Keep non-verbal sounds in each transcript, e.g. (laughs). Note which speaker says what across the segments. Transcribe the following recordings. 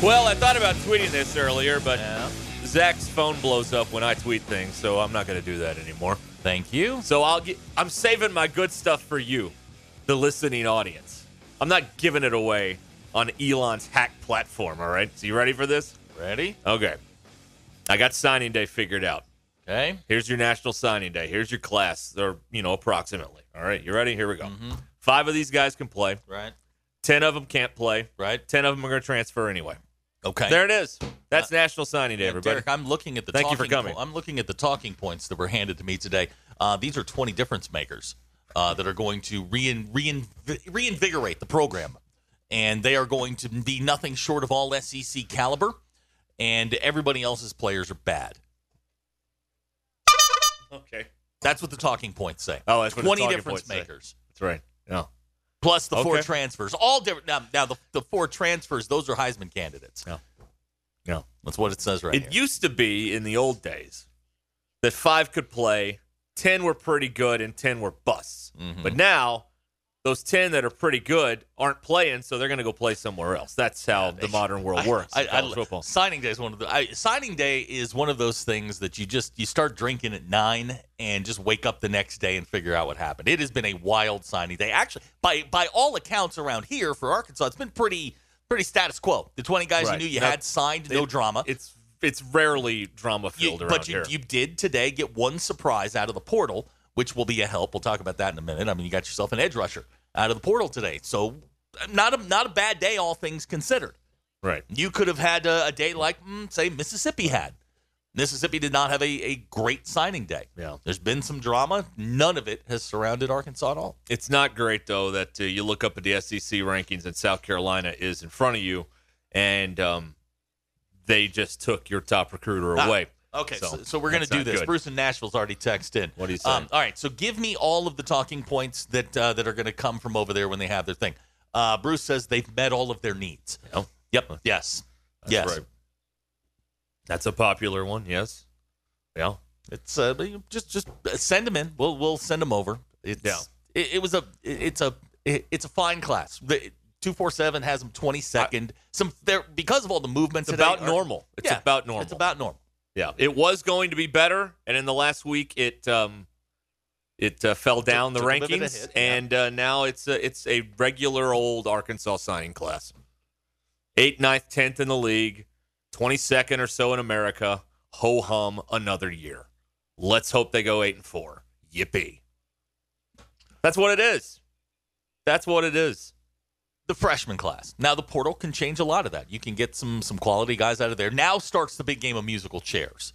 Speaker 1: Well, I thought about tweeting this earlier, but Zach's phone blows up when I tweet things, so I'm not going to do that anymore.
Speaker 2: Thank you.
Speaker 1: So I'll get, I'm saving my good stuff for you, the listening audience. I'm not giving it away on Elon's hack platform. All right, so you ready for this?
Speaker 2: Ready?
Speaker 1: Okay, I got signing day figured out.
Speaker 2: Okay.
Speaker 1: Here's your national signing day. Here's your class, or you know, approximately. All right, you ready? Here we go. Five of these guys can play.
Speaker 2: Right.
Speaker 1: Ten of them can't play.
Speaker 2: Right.
Speaker 1: Ten of them are going to transfer anyway.
Speaker 2: Okay.
Speaker 1: There it is. That's National Signing Day,
Speaker 2: Uh, Yeah,
Speaker 1: everybody.
Speaker 2: Derek, I'm looking at the
Speaker 1: Thank you
Speaker 2: talking
Speaker 1: for coming.
Speaker 2: po- I'm looking at the talking points that were handed to me today. Uh, these are 20 difference makers uh, that are going to rein, rein, reinvigorate the program, and they are going to be nothing short of all SEC caliber. And everybody else's players are bad.
Speaker 1: Okay.
Speaker 2: That's what the talking points say.
Speaker 1: Oh, that's what the
Speaker 2: 20
Speaker 1: talking
Speaker 2: difference
Speaker 1: points say.
Speaker 2: makers.
Speaker 1: That's right. Yeah.
Speaker 2: plus the four
Speaker 1: Okay.
Speaker 2: transfers. All different. Now, now the, the four transfers, those are Heisman candidates.
Speaker 1: No. No.
Speaker 2: That's what it says right
Speaker 1: It
Speaker 2: here.
Speaker 1: used to be in the old days that five could play, 10 were pretty good, and 10 were busts.
Speaker 2: Mhm.
Speaker 1: But now, those 10 that are pretty good aren't playing, so they're going to go play somewhere else. That's how the modern world works. in college football.
Speaker 2: signing day is one of the I, signing day is one of those things that you just you start drinking at nine and just wake up the next day and figure out what happened. It has been a wild signing day. Actually, by by all accounts around here for Arkansas, it's been pretty pretty status quo. The twenty guys
Speaker 1: Right.
Speaker 2: you knew you
Speaker 1: Now,
Speaker 2: had signed, no
Speaker 1: it-
Speaker 2: drama.
Speaker 1: It's it's rarely drama
Speaker 2: You-
Speaker 1: filled around
Speaker 2: but you,
Speaker 1: here.
Speaker 2: you did today get one surprise out of the portal, which will be a help. We'll talk about that in a minute. I mean, you got yourself an edge rusher out of the portal today, so not a not a bad day, all things considered.
Speaker 1: right.
Speaker 2: You could have had a, a day like mm, say Mississippi had. Mississippi did not have a, a great signing day.
Speaker 1: Yeah.
Speaker 2: There's been some drama. None of it has surrounded Arkansas at all.
Speaker 1: It's not great though that uh, you look up at the SEC rankings and South Carolina is in front of you, and um, they just took your top recruiter
Speaker 2: Ah,
Speaker 1: away.
Speaker 2: Okay, so,
Speaker 1: So,
Speaker 2: so we're going to
Speaker 1: that's
Speaker 2: do
Speaker 1: not
Speaker 2: this.
Speaker 1: good.
Speaker 2: Bruce in Nashville's already texted in. Um,
Speaker 1: What do you say?
Speaker 2: all right, so give me all of the talking points that uh, that are going to come from over there when they have their thing. Uh, Bruce says they've met all of their needs.
Speaker 1: Yeah.
Speaker 2: Yep. Yes.
Speaker 1: That's
Speaker 2: yes.
Speaker 1: right. That's a popular one. Yes. Yeah.
Speaker 2: It's uh, but you just just send them in. We'll we'll send them over. It's,
Speaker 1: Yeah.
Speaker 2: It, it was a it- it's a it, it's a fine class. The, 247 has them 22nd. Some there because of all the movements
Speaker 1: It's
Speaker 2: today
Speaker 1: about
Speaker 2: are-
Speaker 1: normal. It's
Speaker 2: Yeah,
Speaker 1: about normal.
Speaker 2: It's about normal.
Speaker 1: yeah. It was going to be better, and in the last week, it um, it uh, fell down the
Speaker 2: took a bit of a
Speaker 1: rankings,
Speaker 2: hit, yeah.
Speaker 1: and uh, now it's a, it's a regular old Arkansas signing class. Eighth, ninth, tenth in the league, twenty second or so in America. Ho hum, another year. Let's hope they go eight and four. Yippee! That's what it is. That's what it is.
Speaker 2: the freshman class. Now the portal can change a lot of that. You can get some some quality guys out of there. Now starts the big game of musical chairs.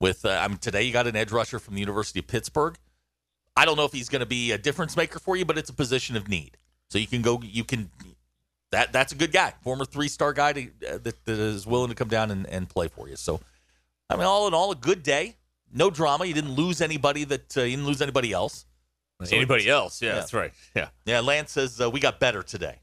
Speaker 2: With uh, I mean today you got an edge rusher from the University of Pittsburgh. I don't know if he's going to be a difference maker for you, but it's a position of need. So you can go you can that that's a good guy, former three star guy to, uh, that, that is willing to come down and, and play for you. So I mean all in all a good day. No drama. You didn't lose anybody that uh, you didn't lose anybody else. So
Speaker 1: Anybody else?
Speaker 2: yeah.
Speaker 1: yeah, that's right. Yeah.
Speaker 2: Yeah, Lance says uh, we got better today.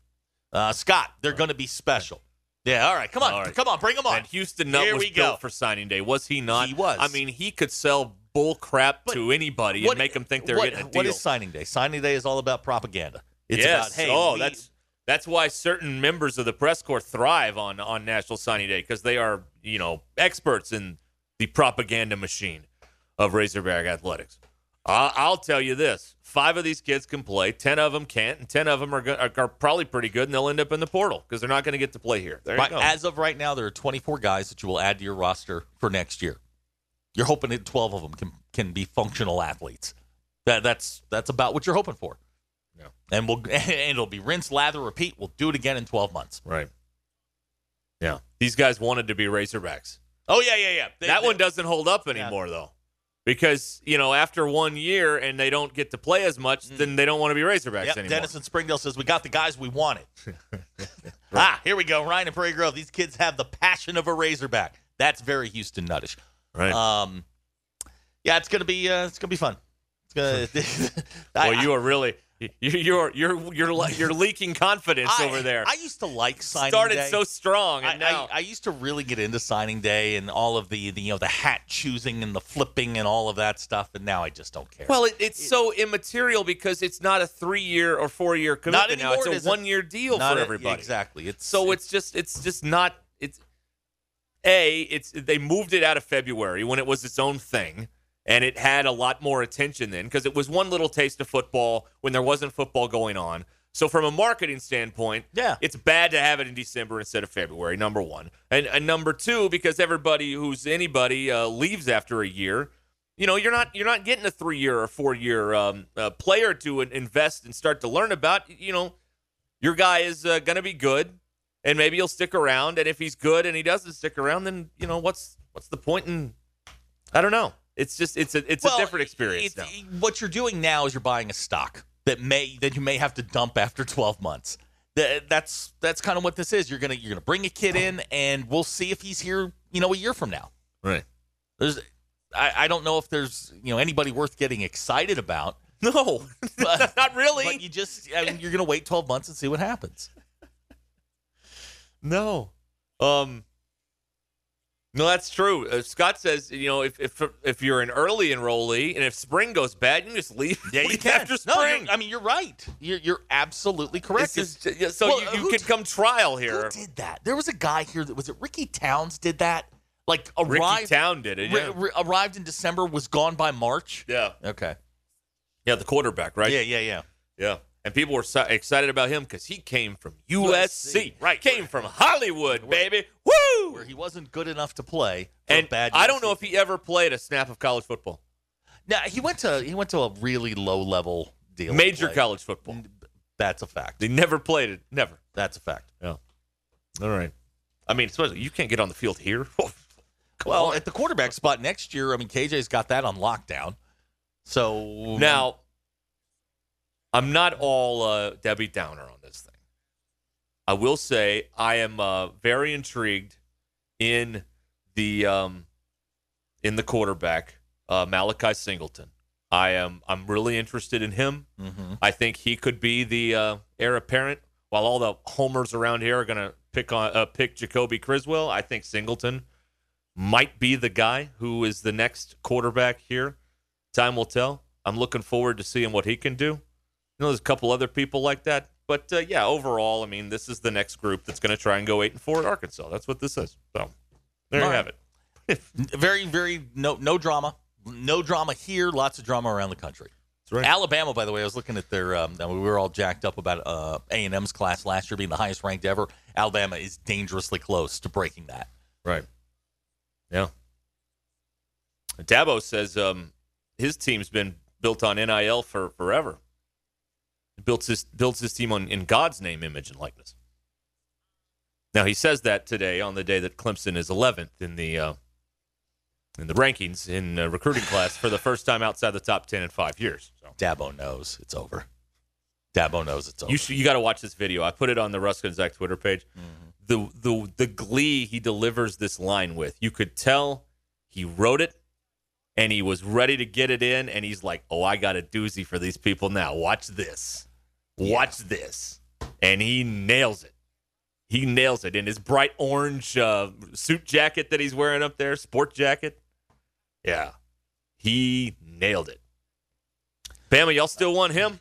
Speaker 2: Uh, Scott, they're going to be special. Yeah, all right, come on,
Speaker 1: All right.
Speaker 2: come on, bring them on.
Speaker 1: And Houston Nutt
Speaker 2: Here
Speaker 1: was
Speaker 2: we go.
Speaker 1: built for signing day, was he not?
Speaker 2: He was.
Speaker 1: I mean, he could sell bull crap
Speaker 2: But
Speaker 1: to anybody
Speaker 2: What-
Speaker 1: and make them think they're
Speaker 2: what-
Speaker 1: getting a deal.
Speaker 2: What is signing day? Signing day is all about propaganda. It's
Speaker 1: yes.
Speaker 2: about hey,
Speaker 1: oh,
Speaker 2: we-
Speaker 1: that's that's why certain members of the press corps thrive on on National Signing Day because they are you know experts in the propaganda machine of Razorback athletics. I, I'll tell you this: five of these kids can play, ten of them can't, and ten of them are go- are, are probably pretty good, and they'll end up in the portal because they're not going to get to play here. There
Speaker 2: right- as of right now, there are 24 guys that you will add to your roster for next year. You're hoping that 12 of them can can be functional athletes. That that's that's about what you're hoping for.
Speaker 1: Yeah.
Speaker 2: And we'll (laughs) and it'll be rinse, lather, repeat. We'll do it again in 12 months.
Speaker 1: Right. Yeah. These guys wanted to be Razorbacks.
Speaker 2: Oh yeah, yeah, yeah. They-
Speaker 1: that
Speaker 2: they-
Speaker 1: one doesn't hold up anymore, though. Because, you know, after one year and they don't get to play as much, then they don't want to be Razorbacks
Speaker 2: Mm. Yep,
Speaker 1: anymore. (laughs)
Speaker 2: Dennis in Springdale says we got the guys we wanted. Ah, here we go. Ryan and Prairie Grove. These kids have the passion of a Razorback. That's very Houston Nuttish.
Speaker 1: Right.
Speaker 2: Um, yeah, it's gonna be uh, it's gonna be fun. It's gonna. (laughs)
Speaker 1: (laughs)
Speaker 2: I-
Speaker 1: well, you are really you, you're you're you're le- you're leaking confidence
Speaker 2: I-
Speaker 1: over there.
Speaker 2: I used to like signing
Speaker 1: Started
Speaker 2: day.
Speaker 1: so strong,
Speaker 2: I,
Speaker 1: and now
Speaker 2: I, I used to really get into signing day and all of the, the you know the hat choosing and the flipping and all of that stuff, and now I just don't care.
Speaker 1: Well, it, it's so immaterial because it's not a three-year or four-year commitment
Speaker 2: anymore,
Speaker 1: now.
Speaker 2: it
Speaker 1: It's a
Speaker 2: isn't.
Speaker 1: one-year deal
Speaker 2: Not
Speaker 1: for
Speaker 2: a-
Speaker 1: everybody.
Speaker 2: exactly. It's
Speaker 1: So it's just it's just not it's a it's they moved it out of February when it was its own thing and it had a lot more attention then because it was one little taste of football when there wasn't football going on. So from a marketing standpoint,
Speaker 2: Yeah.
Speaker 1: it's bad to have it in December instead of February. Number one, and, and number two, because everybody who's anybody uh, leaves after a year, you know, you're not you're not getting a three year or four year um, uh, player to in- invest and start to learn about. You know, your guy is uh, going to be good, and maybe he'll stick around. And if he's good and he doesn't stick around, then you know what's what's the point in? I don't know. It's just it's a it's
Speaker 2: Well,
Speaker 1: a different experience
Speaker 2: it's-
Speaker 1: now.
Speaker 2: What you're doing now is you're buying a stock that may that you may have to dump after 12 months. That, that's that's kind of what this is. You're gonna you're gonna bring a kid in, and we'll see if he's here. You know, a year from now.
Speaker 1: Right.
Speaker 2: There's, I, I don't know if there's you know anybody worth getting excited about.
Speaker 1: (laughs) No,
Speaker 2: But-
Speaker 1: not really.
Speaker 2: But you just I mean, you're gonna wait 12 months and see
Speaker 1: (laughs)
Speaker 2: what happens.
Speaker 1: No. Um No, that's true. Uh, Scott says, you know, if if if you're an early enrollee and if spring goes bad, you can just leave. (laughs) leave after
Speaker 2: No,
Speaker 1: spring.
Speaker 2: you're- I mean you're right. You're you're absolutely correct.
Speaker 1: This is ju- yeah, so
Speaker 2: Well,
Speaker 1: you, you
Speaker 2: who
Speaker 1: could
Speaker 2: t-
Speaker 1: come trial
Speaker 2: who
Speaker 1: here.
Speaker 2: did that? There was a guy here that was it Ricky Towns did that. Like
Speaker 1: Ricky
Speaker 2: arrived
Speaker 1: Town did it.
Speaker 2: ri-
Speaker 1: Yeah.
Speaker 2: ri- arrived in December, was gone by March.
Speaker 1: yeah.
Speaker 2: Okay.
Speaker 1: Yeah, the quarterback, right?
Speaker 2: Yeah, yeah, yeah.
Speaker 1: Yeah. And people were so excited about him because he came from USC.
Speaker 2: USC, right.
Speaker 1: Came from Hollywood,
Speaker 2: Where-
Speaker 1: baby. Woo!
Speaker 2: Where he wasn't good enough to play. for a
Speaker 1: and
Speaker 2: bad
Speaker 1: I don't know if
Speaker 2: USC.
Speaker 1: he ever played a snap of college football,
Speaker 2: Now he went to he went to a really low level deal. to
Speaker 1: major
Speaker 2: play.
Speaker 1: college football.
Speaker 2: That's a fact.
Speaker 1: They never played it. Never.
Speaker 2: That's a fact.
Speaker 1: All right. I mean, especially you can't get on the field here. (laughs)
Speaker 2: well, at the quarterback spot next year, I mean KJ's got that on lockdown. So
Speaker 1: now I'm not all uh, Debbie Downer on this thing. I will say I am uh, very intrigued in the um, in the quarterback uh, Malachi Singleton. I am I'm really interested in him.
Speaker 2: hmm
Speaker 1: I think he could be the uh, heir apparent. While all the homers around here are going to pick on uh, pick Jacoby Criswell, I think Singleton might be the guy who is the next quarterback here. Time will tell. I'm looking forward to seeing what he can do. You know, there's a couple other people like that, but uh, yeah, overall, I mean, this is the next group that's going to try and go eight and four at Arkansas. That's what this is. So there
Speaker 2: All
Speaker 1: you
Speaker 2: right.
Speaker 1: have it.
Speaker 2: very very no no drama no drama here lots of drama around the country
Speaker 1: That's right.
Speaker 2: alabama by the way i was looking at their um, we were all jacked up about uh, a&m's class last year being the highest ranked ever alabama is dangerously close to breaking that
Speaker 1: Right. Yeah. Dabo says um, his team's been built on NIL for forever. He builds his builds his team on in God's name, image, and likeness. Now he says that today on the day that Clemson is 11th in the uh, in the rankings in uh, recruiting class for the first time outside the top 10 in five years. So
Speaker 2: dabo knows it's over dabo knows it's over Mm-hmm.
Speaker 1: you should, you got to watch this video. I put it on the Russ and Zach Twitter page. The the the glee he delivers this line with, you could tell he wrote it and he was ready to get it in, and he's like, "Oh, I got a doozy for these people now. Watch this, watch this," and he nails it. He nails it in his bright orange uh, suit jacket that he's wearing up there, sport jacket. Yeah, he nailed it. Bama, y'all still want him?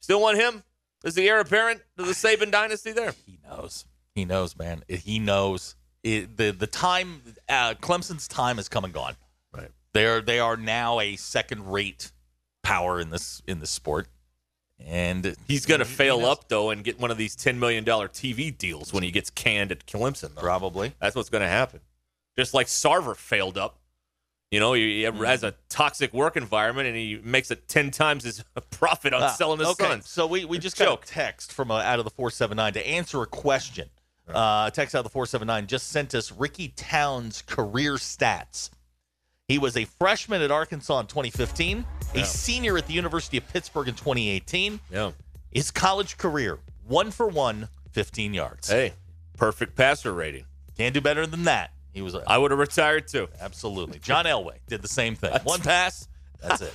Speaker 1: Still want him? Is the heir apparent to the Saban dynasty there?
Speaker 2: he knows he knows man he knows it, the the time uh, clemson's time has come and gone
Speaker 1: Right.
Speaker 2: they're they are now a second rate power in this in this sport and
Speaker 1: He's going to
Speaker 2: he- he
Speaker 1: fail
Speaker 2: knows.
Speaker 1: up, though, and get one of these $10 million TV deals when he gets canned at Clemson, though.
Speaker 2: Probably.
Speaker 1: That's what's going to happen. Just like Sarver failed up. You know, he he has a toxic work environment and he makes it 10 times his (laughs) profit on selling his
Speaker 2: Uh, Ah, okay.
Speaker 1: sons.
Speaker 2: So we, we just
Speaker 1: Joke.
Speaker 2: got a text from uh, out of the 479 to answer a question. Uh, text out of the 479 just sent us Ricky Towns' career stats. He was a freshman at Arkansas in 2015,
Speaker 1: Yeah.
Speaker 2: a senior at the University of Pittsburgh in 2018.
Speaker 1: Yeah.
Speaker 2: His college career, one for one, 15 yards.
Speaker 1: Hey, Perfect passer rating.
Speaker 2: Can't do better than that. He was
Speaker 1: I would have retired too.
Speaker 2: absolutely. John Elway did the same thing. One pass, that's it.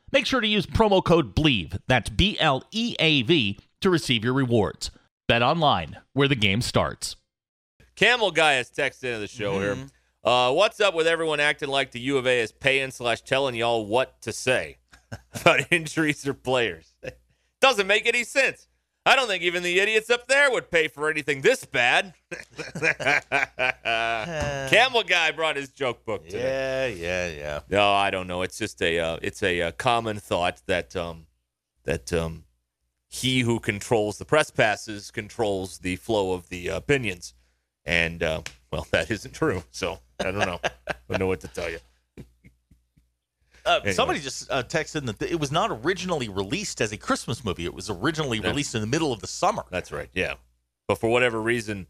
Speaker 3: Make sure to use promo code BLEAV, that's B L E A V, to receive your rewards. Bet online, where the game starts.
Speaker 1: Camel guy has texted into the show here.
Speaker 2: Mm-hmm.
Speaker 1: Uh, what's up with everyone acting like the U of A is paying slash telling y'all what to say (laughs) about injuries or players? (laughs) Doesn't make any sense. I don't think even the idiots up there would pay for anything this
Speaker 2: (laughs)
Speaker 1: bad. (laughs) Camel guy brought his joke book today.
Speaker 2: yeah, yeah, yeah.
Speaker 1: No, I don't know. It's just a uh, it's a uh, common thought that um, that um, he who controls the press passes controls the flow of the opinions, and uh, well, (laughs) that isn't true. So I don't know. I don't know what to tell you.
Speaker 2: Uh, Somebody just uh, texted in that it was not originally released as a Christmas movie. It was originally
Speaker 1: Yeah.
Speaker 2: released in the middle of the summer.
Speaker 1: That's right. Yeah, but for whatever reason,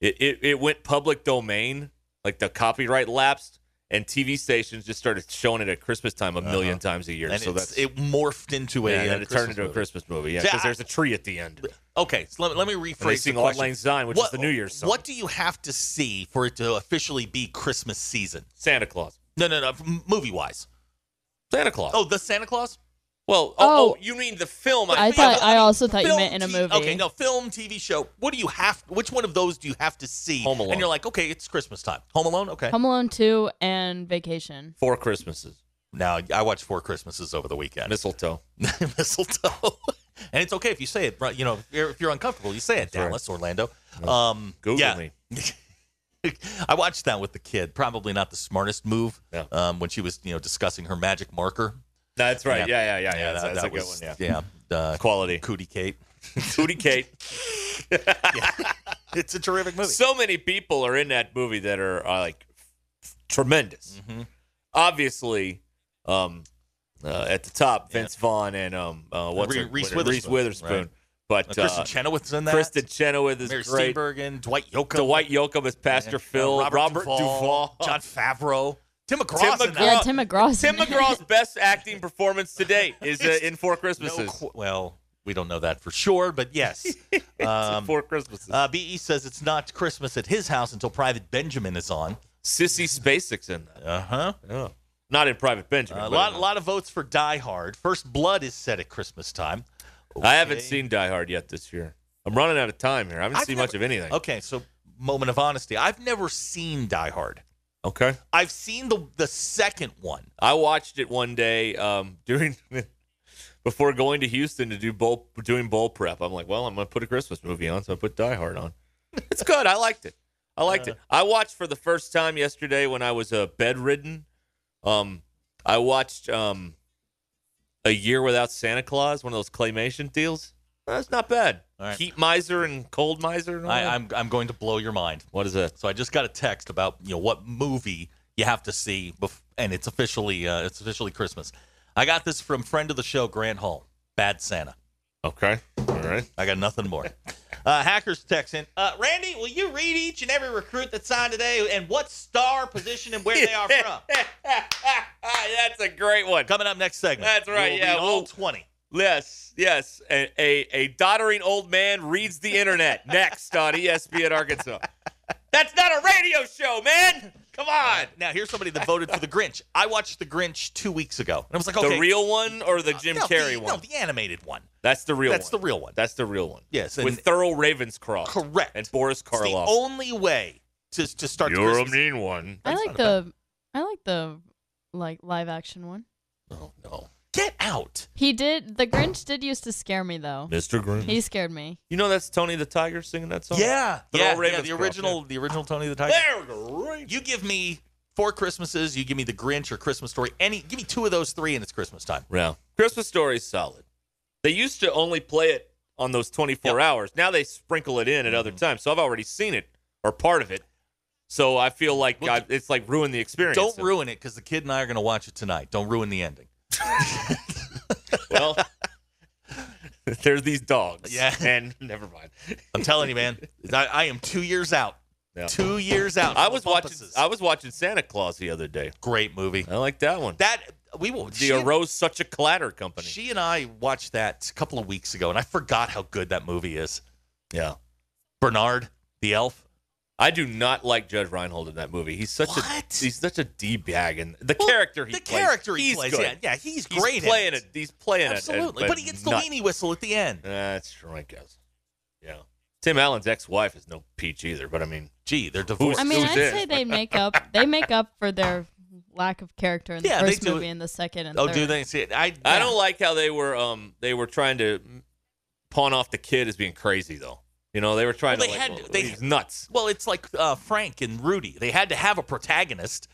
Speaker 1: it it, it went public domain. Like the copyright lapsed, and TV stations just started showing it at Christmas time a million times a year.
Speaker 2: Uh-huh. And
Speaker 1: so
Speaker 2: it's-
Speaker 1: that's
Speaker 2: it morphed into a.
Speaker 1: yeah, and
Speaker 2: uh,
Speaker 1: then it turned into a
Speaker 2: movie.
Speaker 1: Christmas movie. Yeah,
Speaker 2: See,
Speaker 1: because
Speaker 2: I-
Speaker 1: there's a tree at the end.
Speaker 2: Okay, so let, let me rephrase
Speaker 1: And they
Speaker 2: the
Speaker 1: sing "Auld
Speaker 2: question.
Speaker 1: Lang Syne," which is the New Year's song.
Speaker 2: What do you have to see for it to officially be Christmas season?
Speaker 1: Santa Claus.
Speaker 2: No, no, no. Movie wise.
Speaker 1: Santa Claus.
Speaker 2: Oh, the Santa Claus.
Speaker 1: Well, oh,
Speaker 4: Oh.
Speaker 1: oh, you mean the film?
Speaker 4: I
Speaker 1: think.
Speaker 4: thought I also thought you
Speaker 2: Film,
Speaker 4: meant in a
Speaker 2: T-
Speaker 4: movie.
Speaker 2: Okay, no, film, TV show. What do you have? Which one of those do you have to see?
Speaker 1: Home Alone.
Speaker 2: And you're like, okay, it's Christmas time. Home Alone. Okay.
Speaker 4: (laughs) Home Alone Two and Vacation.
Speaker 1: Four Christmases,
Speaker 2: now I watched Four Christmases over the weekend.
Speaker 1: mistletoe.
Speaker 2: (laughs) mistletoe. (laughs) and it's okay if you say it, right? You know, if you're, if you're uncomfortable, you say it.
Speaker 1: right.
Speaker 2: Dallas, Orlando. Um,
Speaker 1: Google
Speaker 2: yeah.
Speaker 1: me.
Speaker 2: I watched that with the kid. Probably not the smartest move.
Speaker 1: Yeah.
Speaker 2: Um, when she was, you know, discussing her magic marker.
Speaker 1: That's right. Yeah, yeah, yeah, yeah.
Speaker 2: that-
Speaker 1: that's that's
Speaker 2: that
Speaker 1: a good
Speaker 2: was-
Speaker 1: one. Yeah.
Speaker 2: Yeah. uh,
Speaker 1: Quality.
Speaker 2: Cootie Kate.
Speaker 1: Booty Kate.
Speaker 2: It's a terrific movie.
Speaker 1: So many people are in that movie that are, are like f- tremendous.
Speaker 2: Mm-hmm.
Speaker 1: Obviously, um, uh, at the top, Vince Vaughn and um, uh, what's
Speaker 2: Re-
Speaker 1: her-
Speaker 2: Reese
Speaker 1: what-
Speaker 2: Witherspoon,
Speaker 1: Witherspoon.
Speaker 2: right.
Speaker 1: But uh,
Speaker 2: Kristen Chenoweth's in that.
Speaker 1: Kristen Chenoweth is
Speaker 2: Mary
Speaker 1: great.
Speaker 2: Steenburgen, Dwight Yoakam,
Speaker 1: Dwight Yoakam is Pastor
Speaker 2: uh,
Speaker 1: Phil.
Speaker 2: Robert, Duvall,
Speaker 1: Duvall. (laughs)
Speaker 2: John Favreau, Tim McGraw.
Speaker 1: Tim McGraw's
Speaker 4: Yeah,
Speaker 2: Uh,
Speaker 1: Well,
Speaker 4: Tim McGraw's.
Speaker 1: Tim
Speaker 4: (laughs) in it.
Speaker 1: McGraw's best acting performance to date is uh, in
Speaker 2: (laughs)
Speaker 1: Four Christmases.
Speaker 2: well, we don't know that for sure, but
Speaker 1: (laughs)
Speaker 2: yes. Um,
Speaker 1: Four Christmases.
Speaker 2: uh, BE says it's not Christmas at his house until Private Benjamin is on.
Speaker 1: Sissy Spacek's in that.
Speaker 2: Uh-huh.
Speaker 1: Not in Private Benjamin.
Speaker 2: A
Speaker 1: but
Speaker 2: Uh, lot,
Speaker 1: in-
Speaker 2: lot of votes for Die Hard. First Blood is set at Christmas time.
Speaker 1: I haven't seen Die Hard yet this year. I'm running out of time here. I haven't
Speaker 2: I've
Speaker 1: seen much
Speaker 2: never-
Speaker 1: of anything.
Speaker 2: Okay, so moment of honesty. I've never seen Die Hard.
Speaker 1: Okay.
Speaker 2: I've seen the the second one.
Speaker 1: I watched it one day um, (laughs) during before going to Houston to do bowl doing bowl prep. I'm like, well, I'm gonna put a Christmas movie on, so I put Die Hard on. It's good. I liked it. I liked
Speaker 2: Uh.
Speaker 1: it. I watched for the first time yesterday when I was uh, bedridden. Um, I watched um, a year without Santa Claus, one of those claymation deals. That's not bad.
Speaker 2: All right.
Speaker 1: Heat miser and cold miser. And all
Speaker 2: I,
Speaker 1: that.
Speaker 2: I'm I'm going to blow your mind.
Speaker 1: What is that?
Speaker 2: So I just got a text about you know what movie you have to see, bef- and it's officially uh, it's officially Christmas. I got this from friend of the show Grant Hall. Bad Santa.
Speaker 1: Okay. All right.
Speaker 2: I got nothing more. Uh, hackers texting. Uh, Randy, will you read each and every recruit that signed today and what star, position, and where
Speaker 1: (laughs)
Speaker 2: they are from?
Speaker 1: That's a great one.
Speaker 2: Coming up next segment.
Speaker 1: That's right,
Speaker 2: We'll
Speaker 1: yeah,
Speaker 2: read all
Speaker 1: we'll-
Speaker 2: twenty.
Speaker 1: Yes, yes. A, a, a doddering old man reads
Speaker 2: (laughs)
Speaker 1: E the internet next on ESPN Arkansas. That's not a radio show, man. Come on.
Speaker 2: Now, here's somebody that voted for the Grinch. I watched the Grinch two weeks ago, and I was like, okay,
Speaker 1: The real one or the Jim
Speaker 2: no, the- e-,
Speaker 1: Carrey
Speaker 2: No,
Speaker 1: one?
Speaker 2: the animated one.
Speaker 1: That's the real
Speaker 2: That's
Speaker 1: one.
Speaker 2: the real one.
Speaker 1: That's the real one.
Speaker 2: Yes,
Speaker 1: With
Speaker 2: and-
Speaker 1: Thurl Ravenscroft.
Speaker 2: Correct.
Speaker 1: And Boris
Speaker 2: It's the
Speaker 1: Karloff.
Speaker 2: only way to to start.
Speaker 1: You're a
Speaker 2: Christmas.
Speaker 1: mean one.
Speaker 4: I
Speaker 2: That's
Speaker 4: like
Speaker 2: not a
Speaker 4: the I like the like live action one.
Speaker 1: Oh, no.
Speaker 2: Get out.
Speaker 4: He did the Grinch did used to scare me though.
Speaker 1: Mr. Grimm.
Speaker 4: He scared me.
Speaker 1: You know that's Tony the Tiger singing that song?
Speaker 2: yeah,
Speaker 1: They're all
Speaker 2: yeah, yeah.
Speaker 1: Ravenscroft,
Speaker 2: The original, the original Tony the Tiger.
Speaker 1: They're great.
Speaker 2: You give me four Christmases. You give me the Grinch or Christmas Story. Any, give me two of those three, and it's Christmas time.
Speaker 1: Yeah. Christmas Story's solid. They used to only play it on those 24 hours. Now they sprinkle it in at
Speaker 2: Mm-hmm.
Speaker 1: other times. So I've already seen it or part of it. So I feel like
Speaker 2: Well,
Speaker 1: I, it's like ruined the experience.
Speaker 2: Don't ruin it because the kid and I are going to watch it tonight. Don't ruin the ending.
Speaker 1: (laughs) Well, (laughs) there's these dogs.
Speaker 2: Yeah. (laughs)
Speaker 1: And never mind.
Speaker 2: I'm telling
Speaker 1: (laughs)
Speaker 2: you, man. I, I am two years out.
Speaker 1: Yeah.
Speaker 2: Two years out.
Speaker 1: I
Speaker 2: from
Speaker 1: was
Speaker 2: the
Speaker 1: watching.
Speaker 2: Bumpuses.
Speaker 1: I was watching Santa Claus the other day.
Speaker 2: Great movie.
Speaker 1: I like that one.
Speaker 2: That we will.
Speaker 1: the
Speaker 2: she,
Speaker 1: arose such a clatter company.
Speaker 2: she and I watched that a couple of weeks ago, and I forgot how good that movie is.
Speaker 1: yeah.
Speaker 2: Bernard the Elf.
Speaker 1: I do not like Judge Reinhold in that movie. He's such
Speaker 2: What?
Speaker 1: a he's such a d bag, and the character he
Speaker 2: the
Speaker 1: plays,
Speaker 2: character he
Speaker 1: he's
Speaker 2: plays.
Speaker 1: good.
Speaker 2: Yeah, yeah,
Speaker 1: He's
Speaker 2: he's great. in
Speaker 1: playing
Speaker 2: it.
Speaker 1: it. He's playing it.
Speaker 2: Absolutely,
Speaker 1: and-
Speaker 2: but he gets the
Speaker 1: not-
Speaker 2: weenie whistle at the end.
Speaker 1: That's true, I guess. Yeah. Tim Allen's ex-wife is no peach either, but I mean,
Speaker 2: Gee, they're divorced.
Speaker 4: I mean,
Speaker 1: Who's
Speaker 4: I'd
Speaker 1: this?
Speaker 4: say they make up they make up for their lack of character in the
Speaker 2: Yeah, they
Speaker 4: first
Speaker 2: do.
Speaker 4: movie and the second and
Speaker 2: oh,
Speaker 4: third.
Speaker 2: do they see it? I
Speaker 1: I don't like how they were um they were trying to pawn off the kid as being crazy though. You know, they were trying
Speaker 2: Well,
Speaker 1: to
Speaker 2: they
Speaker 1: like
Speaker 2: had-
Speaker 1: well,
Speaker 2: they-
Speaker 1: he's nuts.
Speaker 2: Well, it's like uh, Frank and Rudy. They had to have a protagonist.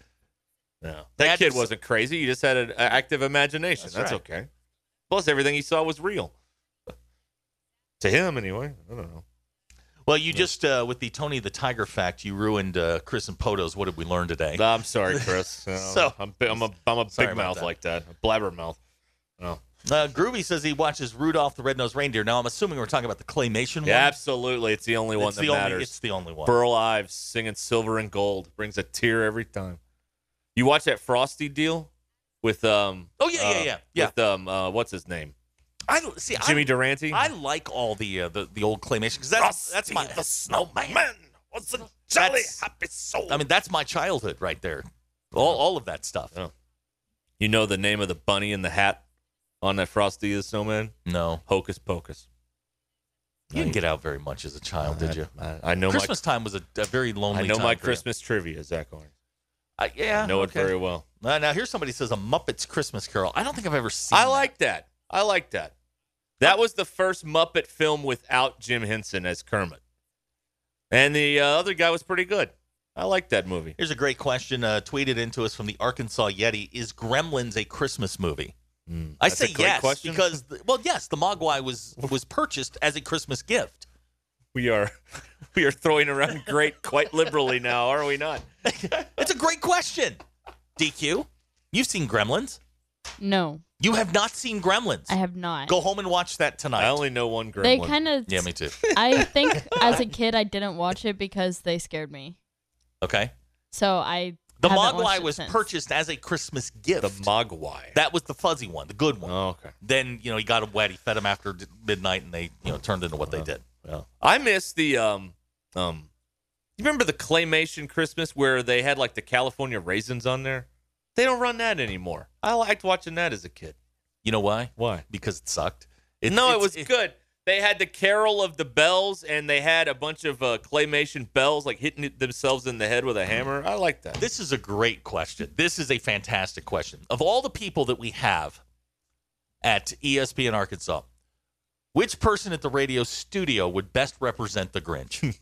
Speaker 1: Yeah.
Speaker 2: They
Speaker 1: That
Speaker 2: had
Speaker 1: kid
Speaker 2: to-
Speaker 1: wasn't crazy. He just had an active imagination. That's,
Speaker 2: That's right.
Speaker 1: okay. Plus, everything he saw was real. (laughs) to him, anyway. I don't know.
Speaker 2: Well, you just uh, with the Tony the Tiger fact, you ruined uh, Chris and Poto's. What did we learn today?
Speaker 1: I'm sorry, (laughs) Chris. You know,
Speaker 2: So-
Speaker 1: I'm, bi- I'm a, I'm a
Speaker 2: Sorry
Speaker 1: big
Speaker 2: about
Speaker 1: mouth
Speaker 2: that.
Speaker 1: like that, Oh. a blabbermouth.
Speaker 2: Uh, Groovy says he watches Rudolph the Red-Nosed Reindeer. Now I'm assuming we're talking about the claymation
Speaker 1: Yeah,
Speaker 2: one.
Speaker 1: absolutely. It's the only one
Speaker 2: it's
Speaker 1: that
Speaker 2: the
Speaker 1: matters.
Speaker 2: only. It's the only one.
Speaker 1: Burl Ives singing "Silver and Gold" brings a tear every time. You watch that Frosty deal with um.
Speaker 2: Oh, yeah, yeah,
Speaker 1: uh,
Speaker 2: yeah, yeah.
Speaker 1: With um, uh, what's his name?
Speaker 2: I don't- see.
Speaker 1: Jimmy
Speaker 2: I,
Speaker 1: Durante.
Speaker 2: I like all the uh, the, the old claymation because that's that's my
Speaker 1: the snowman. What's a
Speaker 2: jolly
Speaker 1: happy soul?
Speaker 2: I mean that's my childhood right there. All all of that stuff.
Speaker 1: Yeah. you know the name of the bunny in the hat on that Frosty the Snowman?
Speaker 2: No,
Speaker 1: Hocus Pocus.
Speaker 2: you didn't get out very much as a child, Oh, did you?
Speaker 1: I, I know
Speaker 2: Christmas time was a, a very
Speaker 1: my
Speaker 2: lonely.
Speaker 1: I know
Speaker 2: time
Speaker 1: my
Speaker 2: for you.
Speaker 1: Christmas trivia, Zach Orange.
Speaker 2: I- yeah,
Speaker 1: I know
Speaker 2: okay.
Speaker 1: it very well.
Speaker 2: Uh, now here's somebody says a Muppets Christmas Carol. I don't think I've ever seen.
Speaker 1: I
Speaker 2: that.
Speaker 1: like that. I like that. That was the first Muppet film without Jim Henson as Kermit. And the uh, other guy was pretty good. I like that movie.
Speaker 2: Here's a great question uh, tweeted into us from the Arkansas Yeti: Is Gremlins a Christmas movie? I
Speaker 1: That's a
Speaker 2: say
Speaker 1: great
Speaker 2: yes
Speaker 1: question.
Speaker 2: because the- well, yes, the Mogwai was was purchased as a Christmas gift.
Speaker 1: We are (laughs) we are throwing around great quite liberally now, are we not?
Speaker 2: It's a great question. DQ, you've seen Gremlins.
Speaker 4: No,
Speaker 2: You have not seen Gremlins.
Speaker 4: I have not.
Speaker 2: Go home and watch that tonight.
Speaker 1: I only know one gremlin.
Speaker 4: they kind of
Speaker 2: yeah, me too.
Speaker 4: (laughs) I think
Speaker 2: (laughs)
Speaker 4: as a kid I didn't watch it because they scared me.
Speaker 2: Okay.
Speaker 4: So I
Speaker 2: The
Speaker 4: haven't watched
Speaker 2: Mogwai
Speaker 4: it
Speaker 2: was
Speaker 4: since.
Speaker 2: purchased as a Christmas gift.
Speaker 1: the Mogwai.
Speaker 2: that was the fuzzy one, the good one.
Speaker 1: oh, okay.
Speaker 2: then you know he got him wet. He fed him after d- midnight, and they you know turned into what they
Speaker 1: Uh-huh.
Speaker 2: did.
Speaker 1: Yeah. I miss the um um you remember the claymation Christmas where they had like the California raisins on there? They don't run that anymore. I liked watching that as a kid.
Speaker 2: You know why?
Speaker 1: Why?
Speaker 2: Because it sucked. It-
Speaker 1: no, it
Speaker 2: it's-
Speaker 1: was good. They had the Carol of the Bells, and they had a bunch of uh, claymation bells, like hitting it themselves in the head with a hammer. I like (laughs) that.
Speaker 2: This is a great question. This is a fantastic question. Of all the people that we have at E ESPN Arkansas, which person at the radio studio would best represent the Grinch?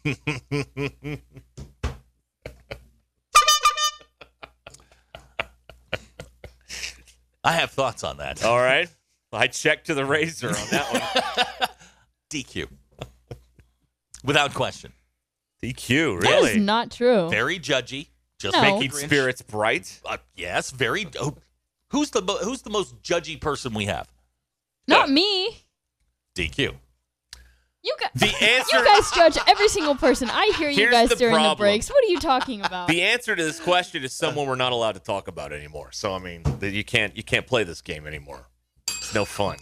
Speaker 2: I have thoughts on that.
Speaker 1: All right, I checked to the razor on (laughs) that one.
Speaker 2: DQ. Without question.
Speaker 1: DQ,
Speaker 4: That is
Speaker 1: E really?
Speaker 4: not true.
Speaker 2: Very judgy. Just
Speaker 4: No.
Speaker 2: making
Speaker 1: Keep
Speaker 2: Grinch-
Speaker 1: spirits bright.
Speaker 2: Uh, yes, very. Oh, who's the mo- who's the most judgy person we have?
Speaker 4: Not me.
Speaker 2: DQ.
Speaker 4: You guys,
Speaker 1: The answer-
Speaker 4: (laughs) you guys judge every single person. I hear you
Speaker 1: Here's
Speaker 4: guys
Speaker 1: the
Speaker 4: during the
Speaker 1: problem.
Speaker 4: breaks. What are you
Speaker 2: (laughs)
Speaker 4: talking about?
Speaker 1: The answer to this question is someone we're not allowed to talk about anymore. So I mean, that you can't you can't play this game anymore. It's no fun.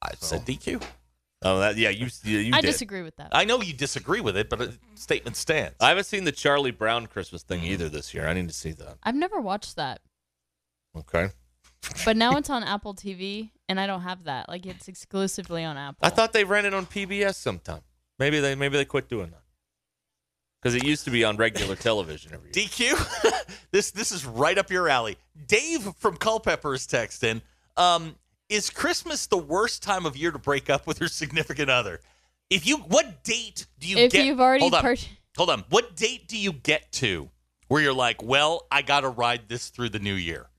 Speaker 2: I said DQ.
Speaker 1: Oh, that, yeah, you, you, you
Speaker 4: I
Speaker 1: did.
Speaker 4: disagree with that.
Speaker 2: I know you disagree with it, but the statement stands.
Speaker 1: I haven't seen the Charlie Brown Christmas thing
Speaker 4: Mm-hmm.
Speaker 1: either this year. I need to see that.
Speaker 4: I've never watched that,
Speaker 1: Okay.
Speaker 4: but now it's on Apple TV, and I don't have that. Like it's exclusively on Apple.
Speaker 1: I thought they ran it on PBS sometime. Maybe they maybe they quit doing that because it used to be on
Speaker 4: (laughs)
Speaker 1: regular television every year.
Speaker 2: DQ, (laughs) this this is right up your alley. Dave from Culpepper is texting. Um, is Christmas the worst time of year to break up with your significant other? If you, what date do you
Speaker 4: if
Speaker 2: get?
Speaker 4: you've already
Speaker 2: hold on,
Speaker 4: purchased,
Speaker 2: hold on. What date do you get to where you're like, well, I got to ride this through the new year?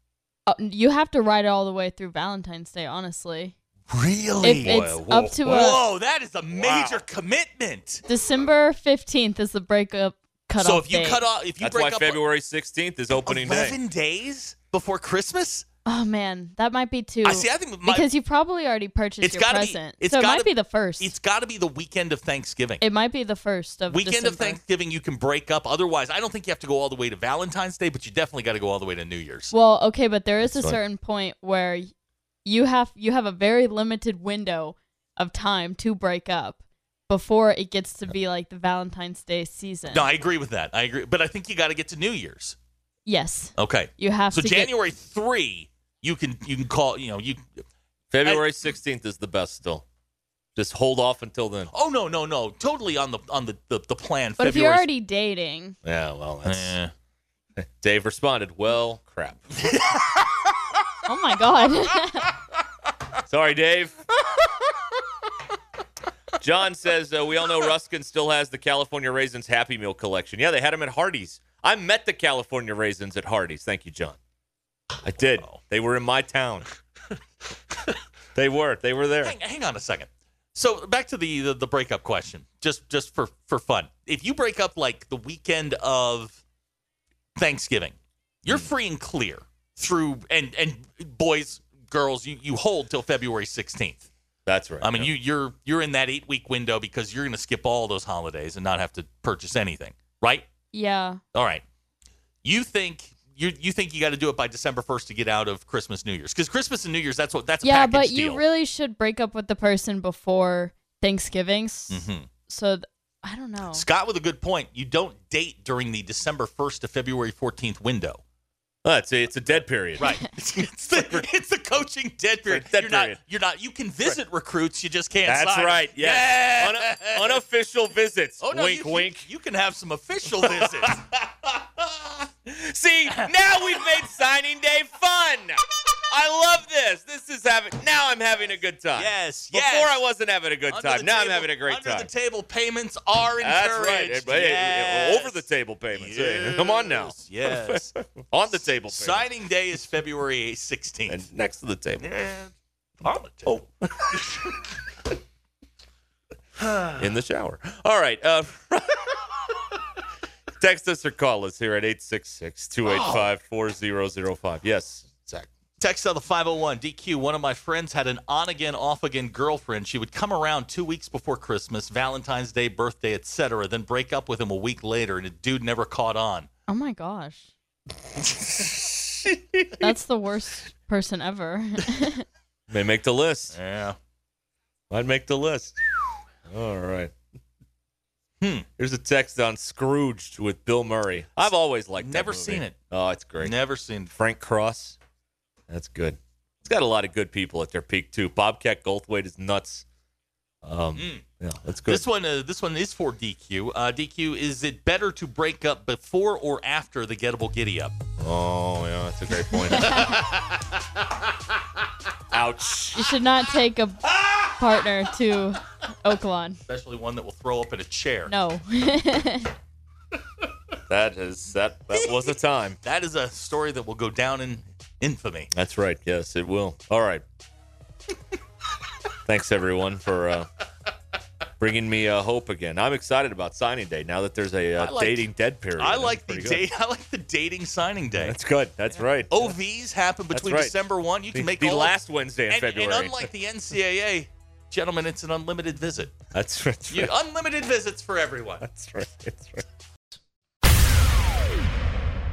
Speaker 4: uh, you have to ride it all the way through Valentine's Day. Honestly, if
Speaker 2: Really?
Speaker 4: it's up to a
Speaker 2: Whoa, that is a major commitment.
Speaker 4: December fifteenth is the breakup cutoff.
Speaker 2: so if you
Speaker 4: date.
Speaker 2: cut off, if you
Speaker 1: That's
Speaker 2: break
Speaker 1: why
Speaker 2: up
Speaker 1: February 16th is opening day.
Speaker 2: eleven days before Christmas.
Speaker 4: oh man, that might be too.
Speaker 2: I see. I think my,
Speaker 4: because you probably already purchased
Speaker 2: It's
Speaker 4: your
Speaker 2: gotta be-
Speaker 4: present,
Speaker 2: it's
Speaker 4: so it
Speaker 2: gotta
Speaker 4: might be the first.
Speaker 2: it's got to be the weekend of Thanksgiving.
Speaker 4: It might be the first of
Speaker 2: weekend
Speaker 4: December.
Speaker 2: of Thanksgiving, you can break up. Otherwise, I don't think you have to go all the way to Valentine's Day, but you definitely got to go all the way to New Year's.
Speaker 4: Well, okay, but there is
Speaker 1: That's
Speaker 4: a
Speaker 1: fine.
Speaker 4: certain point where y- you have you have a very limited window of time to break up before it gets to be like the Valentine's Day season.
Speaker 2: no, I agree with that. I agree, but I think you got to get to New Year's.
Speaker 4: yes,
Speaker 2: Okay,
Speaker 4: you have
Speaker 2: so
Speaker 4: to.
Speaker 2: January three, you can you can call. You know you.
Speaker 1: February 16th is the best still. Just hold off until then.
Speaker 2: Oh no no no! Totally on the on the the, the plan.
Speaker 4: Get, but if you're
Speaker 2: February-
Speaker 4: already dating,
Speaker 1: Yeah, well, that's,
Speaker 2: Eh.
Speaker 1: Dave responded, "Well, crap.
Speaker 4: oh my
Speaker 2: (laughs)
Speaker 4: god, (laughs)
Speaker 1: Sorry, Dave." John says uh, we all know Ruskin still has the California Raisins Happy Meal collection. Yeah, they had them at Hardee's. I met the California Raisins at Hardee's. Thank you, John. I did. They were in my town. they were. They were there.
Speaker 2: hang, hang on a second. So back to the, the the breakup question, just just for for fun. If you break up like the weekend of Thanksgiving, you're
Speaker 4: Mm.
Speaker 2: free and clear through and and boys girls you you hold till February 16th.
Speaker 1: That's right.
Speaker 2: I mean
Speaker 1: yeah.
Speaker 2: you you're you're in that 8 week window because you're going to skip all those holidays and not have to purchase anything, right?
Speaker 4: yeah,
Speaker 2: All right. You think you you think you got to do it by December 1st to get out of Christmas New Year's cuz Christmas and New Year's that's what that's a
Speaker 4: yeah.
Speaker 2: package
Speaker 4: But
Speaker 2: deal.
Speaker 4: you really should break up with the person before Thanksgiving. s-
Speaker 2: Mhm.
Speaker 4: So th- I don't know.
Speaker 2: Scott with a good point. You don't date during the December 1st to February 14th window.
Speaker 1: Oh, it's, a, it's a dead period.
Speaker 2: (laughs) it's, it's the, it's the coaching dead period.
Speaker 1: dead
Speaker 2: you're not
Speaker 1: period.
Speaker 2: you're not you can visit recruits, you just can't
Speaker 1: That's
Speaker 2: sign.
Speaker 1: right. Yes.
Speaker 2: Yeah.
Speaker 1: Uno- unofficial visits.
Speaker 2: oh, no,
Speaker 1: wink,
Speaker 2: you,
Speaker 1: wink.
Speaker 2: You, you can have
Speaker 1: (laughs)
Speaker 2: some official visits.
Speaker 1: See, now we've made signing day fun. I love this. This is having. Now I'm having a good time.
Speaker 2: yes, yes.
Speaker 1: Before I wasn't having a good
Speaker 2: Under
Speaker 1: time.
Speaker 2: the
Speaker 1: Now I'm
Speaker 2: table-
Speaker 1: having a great
Speaker 2: under
Speaker 1: time.
Speaker 2: the table payments are
Speaker 1: That's right.
Speaker 2: encouraged.
Speaker 1: Hey, hey, hey,
Speaker 2: Yes.
Speaker 1: Over the table payments. hey. come on now. (laughs)
Speaker 2: Yes. yes.
Speaker 1: On the table. payments.
Speaker 2: Signing day is February 16th.
Speaker 1: and next to the table.
Speaker 2: Oh,
Speaker 1: Oh. (laughs) in the shower. All right. Uh, (laughs) text us or call us here at 866 285 4005. Yes, Zach.
Speaker 2: Text out the 501 DQ. One of my friends had an on again, off again girlfriend. She would come around two weeks before Christmas, Valentine's Day, birthday, etc., then break up with him a week later, and the dude never caught on.
Speaker 4: Oh my gosh.
Speaker 2: (laughs)
Speaker 4: That's the worst person ever.
Speaker 2: (laughs)
Speaker 1: May make the list.
Speaker 2: Yeah.
Speaker 1: I'd make the list. All right.
Speaker 2: Hmm.
Speaker 1: Here's a text on Scrooged with Bill Murray. I've always liked that
Speaker 2: Never
Speaker 1: movie.
Speaker 2: seen it.
Speaker 1: Oh, it's great.
Speaker 2: Never seen.
Speaker 1: Frank Cross. That's good. It's got a lot of good people at their peak too. Bobcat Goldthwait is nuts. Um, yeah, that's good.
Speaker 2: This one, uh, this one is for DQ. Uh, DQ, is it better to break up before or after the gettable giddy up?
Speaker 1: Oh, yeah, that's a great
Speaker 2: (laughs)
Speaker 1: point. Ouch.
Speaker 4: you should not take a partner to Oaklawn.
Speaker 2: Especially one that will throw up in a chair.
Speaker 4: No. (laughs)
Speaker 1: That is that that was a time.
Speaker 2: That is a story that will go down in infamy.
Speaker 1: That's right. Yes, it will. All
Speaker 2: (laughs)
Speaker 1: right. Thanks everyone for uh, bringing me uh, hope again. I'm excited about signing day now that there's a uh,
Speaker 2: I liked-
Speaker 1: dating dead period.
Speaker 2: I
Speaker 1: That's
Speaker 2: like the
Speaker 1: pretty good.
Speaker 2: date. (laughs) I like the dating signing day.
Speaker 1: That's good. That's right.
Speaker 2: OVs happen between
Speaker 1: right.
Speaker 2: December 1. You
Speaker 1: the,
Speaker 2: can make
Speaker 1: the
Speaker 2: all-
Speaker 1: last Wednesday in
Speaker 2: and,
Speaker 1: February.
Speaker 2: And unlike the NCAA, gentlemen, it's an unlimited visit.
Speaker 1: that's that's
Speaker 2: You,
Speaker 1: (laughs) right.
Speaker 2: unlimited visits for everyone.
Speaker 1: That's right. That's right.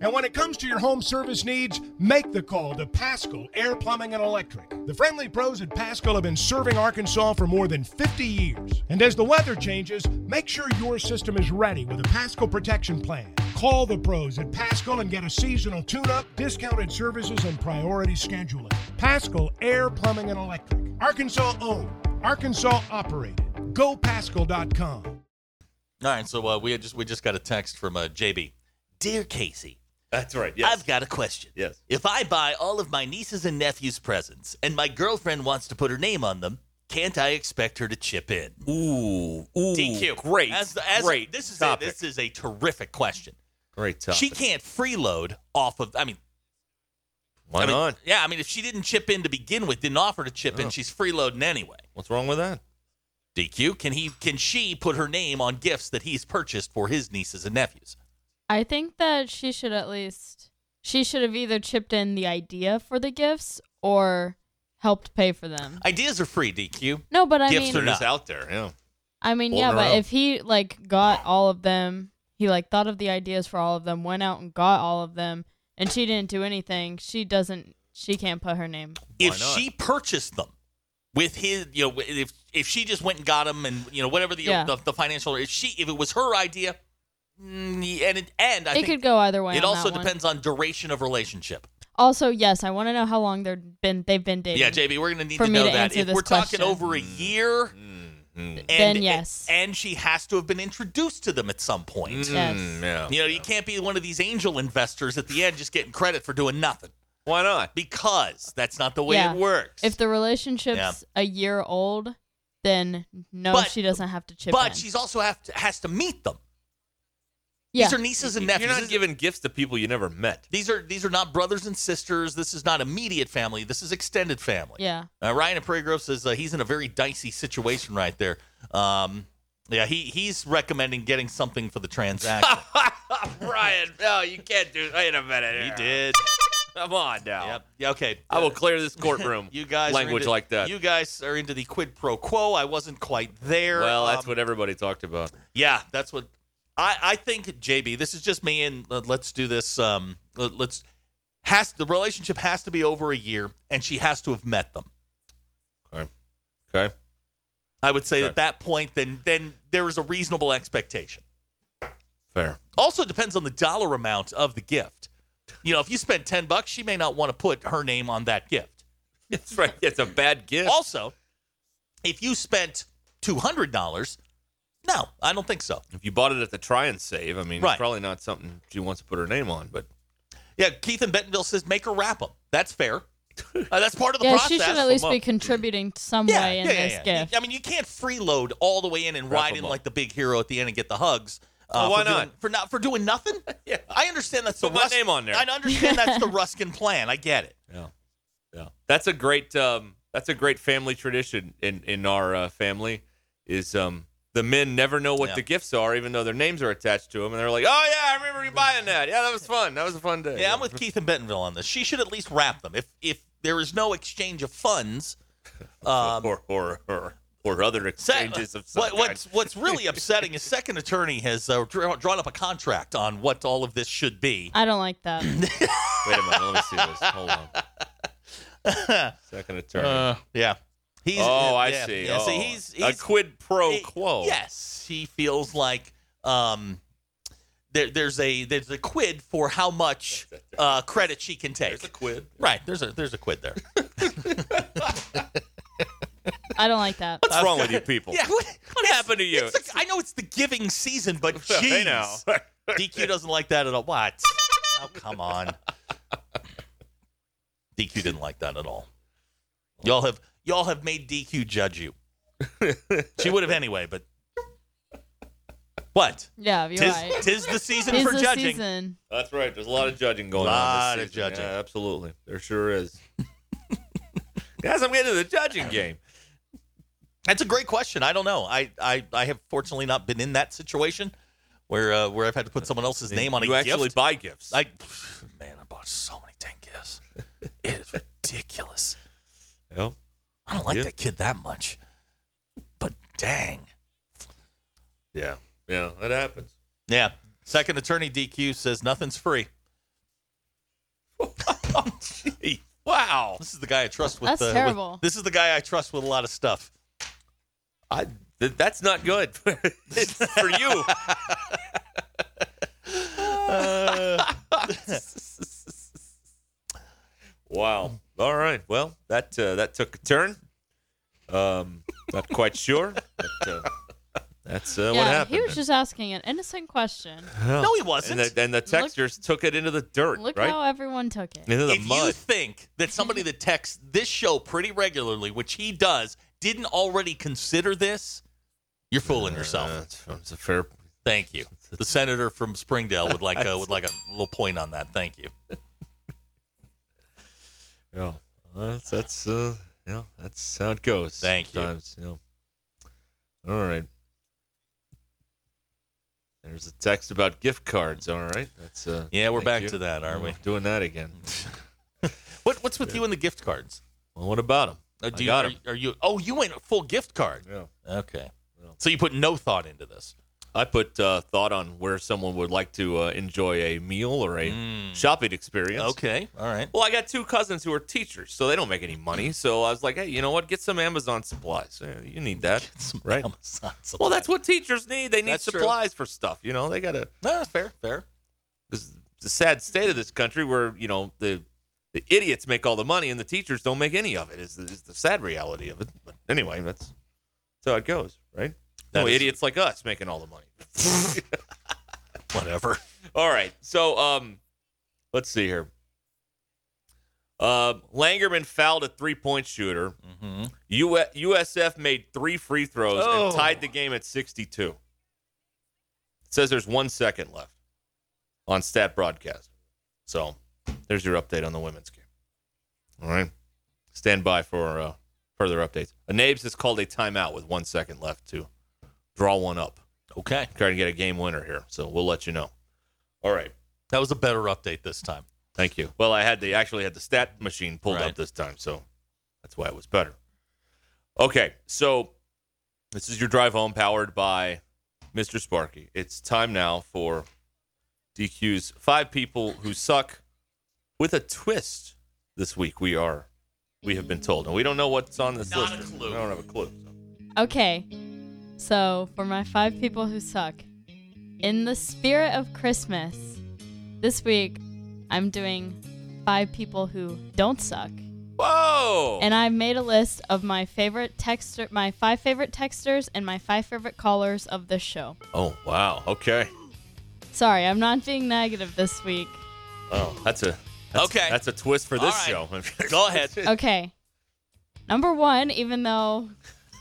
Speaker 5: And when it comes to your home service needs, make the call to Pascal Air Plumbing and Electric. The friendly pros at Pascal have been serving Arkansas for more than 50 years. And as the weather changes, make sure your system is ready with a Pascal protection plan. Call the pros at Pascal and get a seasonal tune up, discounted services, and priority scheduling. Pascal Air Plumbing and Electric. Arkansas owned, Arkansas operated. GoPascal.com.
Speaker 2: All right, so uh, we had just we just got a text from uh, JB. Dear Casey,
Speaker 1: That's right. Yes.
Speaker 2: I've got a question.
Speaker 1: Yes.
Speaker 2: If I buy all of my nieces and nephews presents, and my girlfriend wants to put her name on them, can't I expect her to chip in?
Speaker 1: Ooh, ooh,
Speaker 2: DQ.
Speaker 1: Great,
Speaker 2: As the- as-
Speaker 1: great.
Speaker 2: This is a,
Speaker 1: topic.
Speaker 2: this is a terrific question.
Speaker 1: great topic.
Speaker 2: She can't freeload off of. I mean,
Speaker 1: Why
Speaker 2: I mean,
Speaker 1: not? Oh.
Speaker 2: Yeah, I mean, if she didn't chip in to begin with, didn't offer to chip in, she's freeloading anyway.
Speaker 1: What's wrong with that?
Speaker 2: DQ, can he? Can she put her name on gifts that he's purchased for his nieces and nephews?
Speaker 4: I think that she should at least she should have either chipped in the idea for the gifts or helped pay for them.
Speaker 2: Ideas are free, DQ.
Speaker 4: No, but I
Speaker 2: Gifts
Speaker 4: mean
Speaker 2: They're
Speaker 1: just
Speaker 2: not.
Speaker 1: out there. Yeah.
Speaker 4: I mean,
Speaker 1: Holding
Speaker 4: yeah,
Speaker 1: her
Speaker 4: but
Speaker 1: up.
Speaker 4: if he like got all of them, he like thought of the ideas for all of them, went out and got all of them, and she didn't do anything. She doesn't. She can't put her name.
Speaker 2: if
Speaker 1: not?
Speaker 2: she purchased them with his you know if if she just went and got them and you know whatever the
Speaker 4: Yeah.
Speaker 2: the, the financial if she if it was her idea mm, and it, and I
Speaker 4: it
Speaker 2: think
Speaker 4: could go either way.
Speaker 2: it
Speaker 4: on
Speaker 2: also
Speaker 4: that one.
Speaker 2: depends on duration of relationship.
Speaker 4: Also, yes, I want to know how long they've been they've been dating.
Speaker 2: Yeah, JB, we're gonna need
Speaker 4: For
Speaker 2: to
Speaker 4: me
Speaker 2: know
Speaker 4: to
Speaker 2: that
Speaker 4: answer
Speaker 2: if
Speaker 4: this
Speaker 2: we're talking
Speaker 4: question.
Speaker 2: over a year. And,
Speaker 4: Then yes.
Speaker 2: and she has to have been introduced to them at some point.
Speaker 4: Yes.
Speaker 1: Hmm, yeah.
Speaker 2: You know, you can't be one of these angel investors at the end just getting credit for doing nothing
Speaker 1: Why not?
Speaker 2: because that's not the way
Speaker 4: Yeah.
Speaker 2: it works.
Speaker 4: If the relationship's a year old, then no,
Speaker 2: But-
Speaker 4: she doesn't have to chip
Speaker 2: but
Speaker 4: in.
Speaker 2: she's also have to, has to meet them.
Speaker 4: yeah,
Speaker 2: These are nieces and
Speaker 1: You're
Speaker 2: nephews.
Speaker 1: not
Speaker 2: This-
Speaker 1: giving gifts to people you never
Speaker 2: (laughs)
Speaker 1: met.
Speaker 2: These are these are not brothers and sisters. This is not immediate family. This is extended family.
Speaker 4: yeah.
Speaker 2: Uh, Ryan at Prairie Grove says uh, he's in a very dicey situation right there. Um, yeah, he he's recommending getting something for
Speaker 1: (laughs)
Speaker 2: the transaction.
Speaker 1: Brian, no, you can't do. Wait a minute.
Speaker 2: he
Speaker 1: here.
Speaker 2: did.
Speaker 1: Come on now.
Speaker 2: Yep. Yeah. Okay. Uh,
Speaker 1: I will clear this courtroom.
Speaker 2: (laughs) You guys are
Speaker 1: language
Speaker 2: into-
Speaker 1: like that.
Speaker 2: You guys are into the quid pro quo. I wasn't quite there.
Speaker 1: well, that's
Speaker 2: Um,
Speaker 1: what everybody talked about.
Speaker 2: Yeah, that's what I, I think. JB, this is just me, and uh, let's do this. Um, let- let's has the relationship has to be over a year, and she has to have met them.
Speaker 1: Okay.
Speaker 2: I would say
Speaker 1: Okay.
Speaker 2: at that point, then then there is a reasonable expectation. (laughs)
Speaker 1: Fair.
Speaker 2: Also it depends on the dollar amount of the gift. You know, if you spend ten bucks, she may not want to put her name on that gift.
Speaker 1: That's right. It's a bad gift.
Speaker 2: Also, if you spent two hundred dollars, no, I don't think so.
Speaker 1: if you bought it at the try and save, I mean,
Speaker 2: Right.
Speaker 1: it's probably not something she wants to put her name on. But
Speaker 2: Yeah, Keith in Bentonville says make her wrap them. That's fair. Uh, that's part of the
Speaker 4: Yeah,
Speaker 2: process.
Speaker 4: she should at least
Speaker 2: Well,
Speaker 4: be contributing some
Speaker 2: yeah,
Speaker 4: way in
Speaker 2: yeah, yeah,
Speaker 4: this
Speaker 2: yeah.
Speaker 4: gift.
Speaker 2: I mean, you can't freeload all the way in and
Speaker 1: Wrap
Speaker 2: ride
Speaker 1: 'em
Speaker 2: in
Speaker 1: up.
Speaker 2: like the big hero at the end and get the hugs. uh,
Speaker 1: Oh, why
Speaker 2: for doing-
Speaker 1: not?
Speaker 2: for not for doing nothing?
Speaker 1: (laughs) Yeah.
Speaker 2: I understand that's
Speaker 1: Put
Speaker 2: the
Speaker 1: my
Speaker 2: Rus-
Speaker 1: name on there.
Speaker 2: I understand that's the Ruskin plan. I get
Speaker 1: (laughs)
Speaker 2: it.
Speaker 1: that's a great um, that's a great family tradition in in our uh, family is um, the men never know what
Speaker 2: Yeah.
Speaker 1: the gifts are, even though their names are attached to them, and they're like, "Oh yeah, I remember you buying that. Yeah, that was fun. That was a fun day."
Speaker 2: Yeah, I'm with Keith in Bentonville on this. She should at least wrap them. If if there is no exchange of funds, um,
Speaker 1: or, or or or other
Speaker 2: Sec-
Speaker 1: exchanges of some
Speaker 2: uh, what,
Speaker 1: kind.
Speaker 2: what's what's
Speaker 1: (laughs)
Speaker 2: really upsetting is second attorney has uh, draw, drawn up a contract on what all of this should be.
Speaker 4: I don't like
Speaker 2: (laughs)
Speaker 4: that.
Speaker 1: Wait a minute, let me see this. Hold on.
Speaker 2: (laughs)
Speaker 1: Second attorney.
Speaker 2: yeah, he's
Speaker 1: oh, I
Speaker 2: yeah,
Speaker 1: see.
Speaker 2: Yeah,
Speaker 1: oh,
Speaker 2: see, he's,
Speaker 1: a
Speaker 2: he's
Speaker 1: quid pro
Speaker 2: he-
Speaker 1: quo.
Speaker 2: Yes, he feels like um, there, there's a there's a quid for how much uh, credit she can take.
Speaker 1: There's a quid.
Speaker 2: (laughs) Right. There's a there's a quid there.
Speaker 4: I don't like that.
Speaker 1: What's wrong with you people?
Speaker 2: Yeah, what,
Speaker 1: What happened to you?
Speaker 2: it's the- I know it's the giving season, but
Speaker 1: (laughs) I
Speaker 2: jeez.
Speaker 1: know.
Speaker 2: DQ doesn't like that at all. What? Oh, come on. (laughs) DQ didn't like that at all. Y'all have y'all have made DQ
Speaker 1: (laughs)
Speaker 2: judge you. she would have anyway, but what?
Speaker 4: Yeah, you're
Speaker 2: Tis,
Speaker 4: right.
Speaker 2: tis the season
Speaker 4: Tis
Speaker 2: for
Speaker 4: the
Speaker 2: judging.
Speaker 4: season.
Speaker 1: That's right. There's a lot of judging going on.
Speaker 2: Lot
Speaker 1: this
Speaker 2: of
Speaker 1: season.
Speaker 2: judging.
Speaker 1: Yeah, absolutely. There sure
Speaker 2: (laughs)
Speaker 1: is. Guys, I'm getting to the judging game.
Speaker 2: That's a great question. I don't know. I I, I have fortunately not been in that situation where uh, where I've had to put someone else's name on a
Speaker 1: you
Speaker 2: gift.
Speaker 1: actually buy gifts.
Speaker 2: I man, I bought so many ten gifts. It is ridiculous.
Speaker 1: Yep.
Speaker 2: I don't like
Speaker 1: Yeah.
Speaker 2: that kid that much, but dang.
Speaker 1: yeah. Yeah, that happens.
Speaker 2: Yeah. Second attorney DQ says nothing's free. wow. This is the guy I trust with.
Speaker 4: That's
Speaker 2: uh, with-
Speaker 4: terrible.
Speaker 2: this is the guy I trust with a lot of stuff.
Speaker 1: I th- that's not good (laughs) for you.
Speaker 2: (laughs)
Speaker 1: (laughs) wow. All right. Well, that uh, that took a turn. Um, not quite sure. But, uh, that's uh, what
Speaker 4: yeah,
Speaker 1: happened.
Speaker 4: he was just asking an innocent question.
Speaker 2: No, he wasn't.
Speaker 1: and the, and the texters took it into the dirt,
Speaker 4: Look
Speaker 1: right?
Speaker 4: how everyone took it.
Speaker 1: into the
Speaker 2: if you
Speaker 1: mud.
Speaker 2: think that somebody that texts this show pretty regularly, which he does, didn't already consider this, you're fooling yourself.
Speaker 1: Uh, it's, it's a fair.
Speaker 2: Thank you. The senator from Springdale would like
Speaker 1: (laughs)
Speaker 2: a, would like a little point on that. Thank you.
Speaker 1: Yeah, that's that's uh, yeah, that's how it goes.
Speaker 2: Thank you.
Speaker 1: sometimes, you. know. All right. There's a text about gift cards. All right, that's uh.
Speaker 2: Yeah, we're
Speaker 1: thank
Speaker 2: back
Speaker 1: you.
Speaker 2: to that, aren't
Speaker 1: We're
Speaker 2: we?
Speaker 1: Doing that (laughs) again.
Speaker 2: What, what's with you and the gift cards?
Speaker 1: Well, what about them?
Speaker 2: Uh,
Speaker 1: I
Speaker 2: do you,
Speaker 1: got
Speaker 2: are,
Speaker 1: 'em.
Speaker 2: you- are you? Oh, you went full gift card.
Speaker 1: Yeah.
Speaker 2: Okay.
Speaker 1: Yeah.
Speaker 2: So you put no thought into this.
Speaker 1: I put uh, thought on where someone would like to uh, enjoy a meal or a shopping experience.
Speaker 2: Okay. All right.
Speaker 1: Well, I got two cousins who are teachers, so they don't make any money. So I was like, hey, you know what? Get some Amazon supplies. Eh, You need (laughs) that, right?
Speaker 2: Amazon
Speaker 1: Well,
Speaker 2: supply.
Speaker 1: that's what teachers need. They need
Speaker 2: That's true.
Speaker 1: supplies for stuff. You know, they gotta.
Speaker 2: No, ah, fair, fair.
Speaker 1: This is the sad state of this country, where you know the the idiots make all the money and the teachers don't make any of it. Is the, is the sad reality of it. But anyway, that's that's how it goes, right? no
Speaker 2: That is-
Speaker 1: idiots like us making all the money. (laughs)
Speaker 2: Whatever.
Speaker 1: All right. So um let's see here. Uh, Langerman fouled a three-point shooter.
Speaker 2: Mm-hmm.
Speaker 1: U- USF made three free throws
Speaker 2: Oh.
Speaker 1: and tied the game at 62. It says there's one second left on stat broadcast. So there's your update on the women's game. All right. Stand by for uh, further updates. Anabes has called a timeout with one second left to draw one up.
Speaker 2: Okay.
Speaker 1: Trying to get a game winner here. So we'll let you know. All right.
Speaker 2: That was a better update this time.
Speaker 1: Thank you. Well, I had the actually had the stat machine pulled up
Speaker 2: Right.
Speaker 1: this time, so that's why it was better. Okay, so this is your drive home powered by Mr. Sparky. It's time now for DQ's five people who suck with a twist this week. We are we have been told, and we don't know what's on this
Speaker 2: Not a
Speaker 1: list.
Speaker 2: clue.
Speaker 1: I don't have a clue. so.
Speaker 4: Okay. So, for my five people who suck, in the spirit of Christmas, this week I'm doing five people who don't suck.
Speaker 1: Whoa!
Speaker 4: And I made a list of my favorite texter, my five favorite texters and my five favorite callers of this show.
Speaker 1: oh wow. Okay.
Speaker 4: Sorry, I'm not being negative this week.
Speaker 1: Oh, that's a that's,
Speaker 2: Okay.
Speaker 1: That's a twist for
Speaker 2: All
Speaker 1: this
Speaker 2: right.
Speaker 1: show. (laughs)
Speaker 2: Go ahead.
Speaker 4: Okay. Number one, even though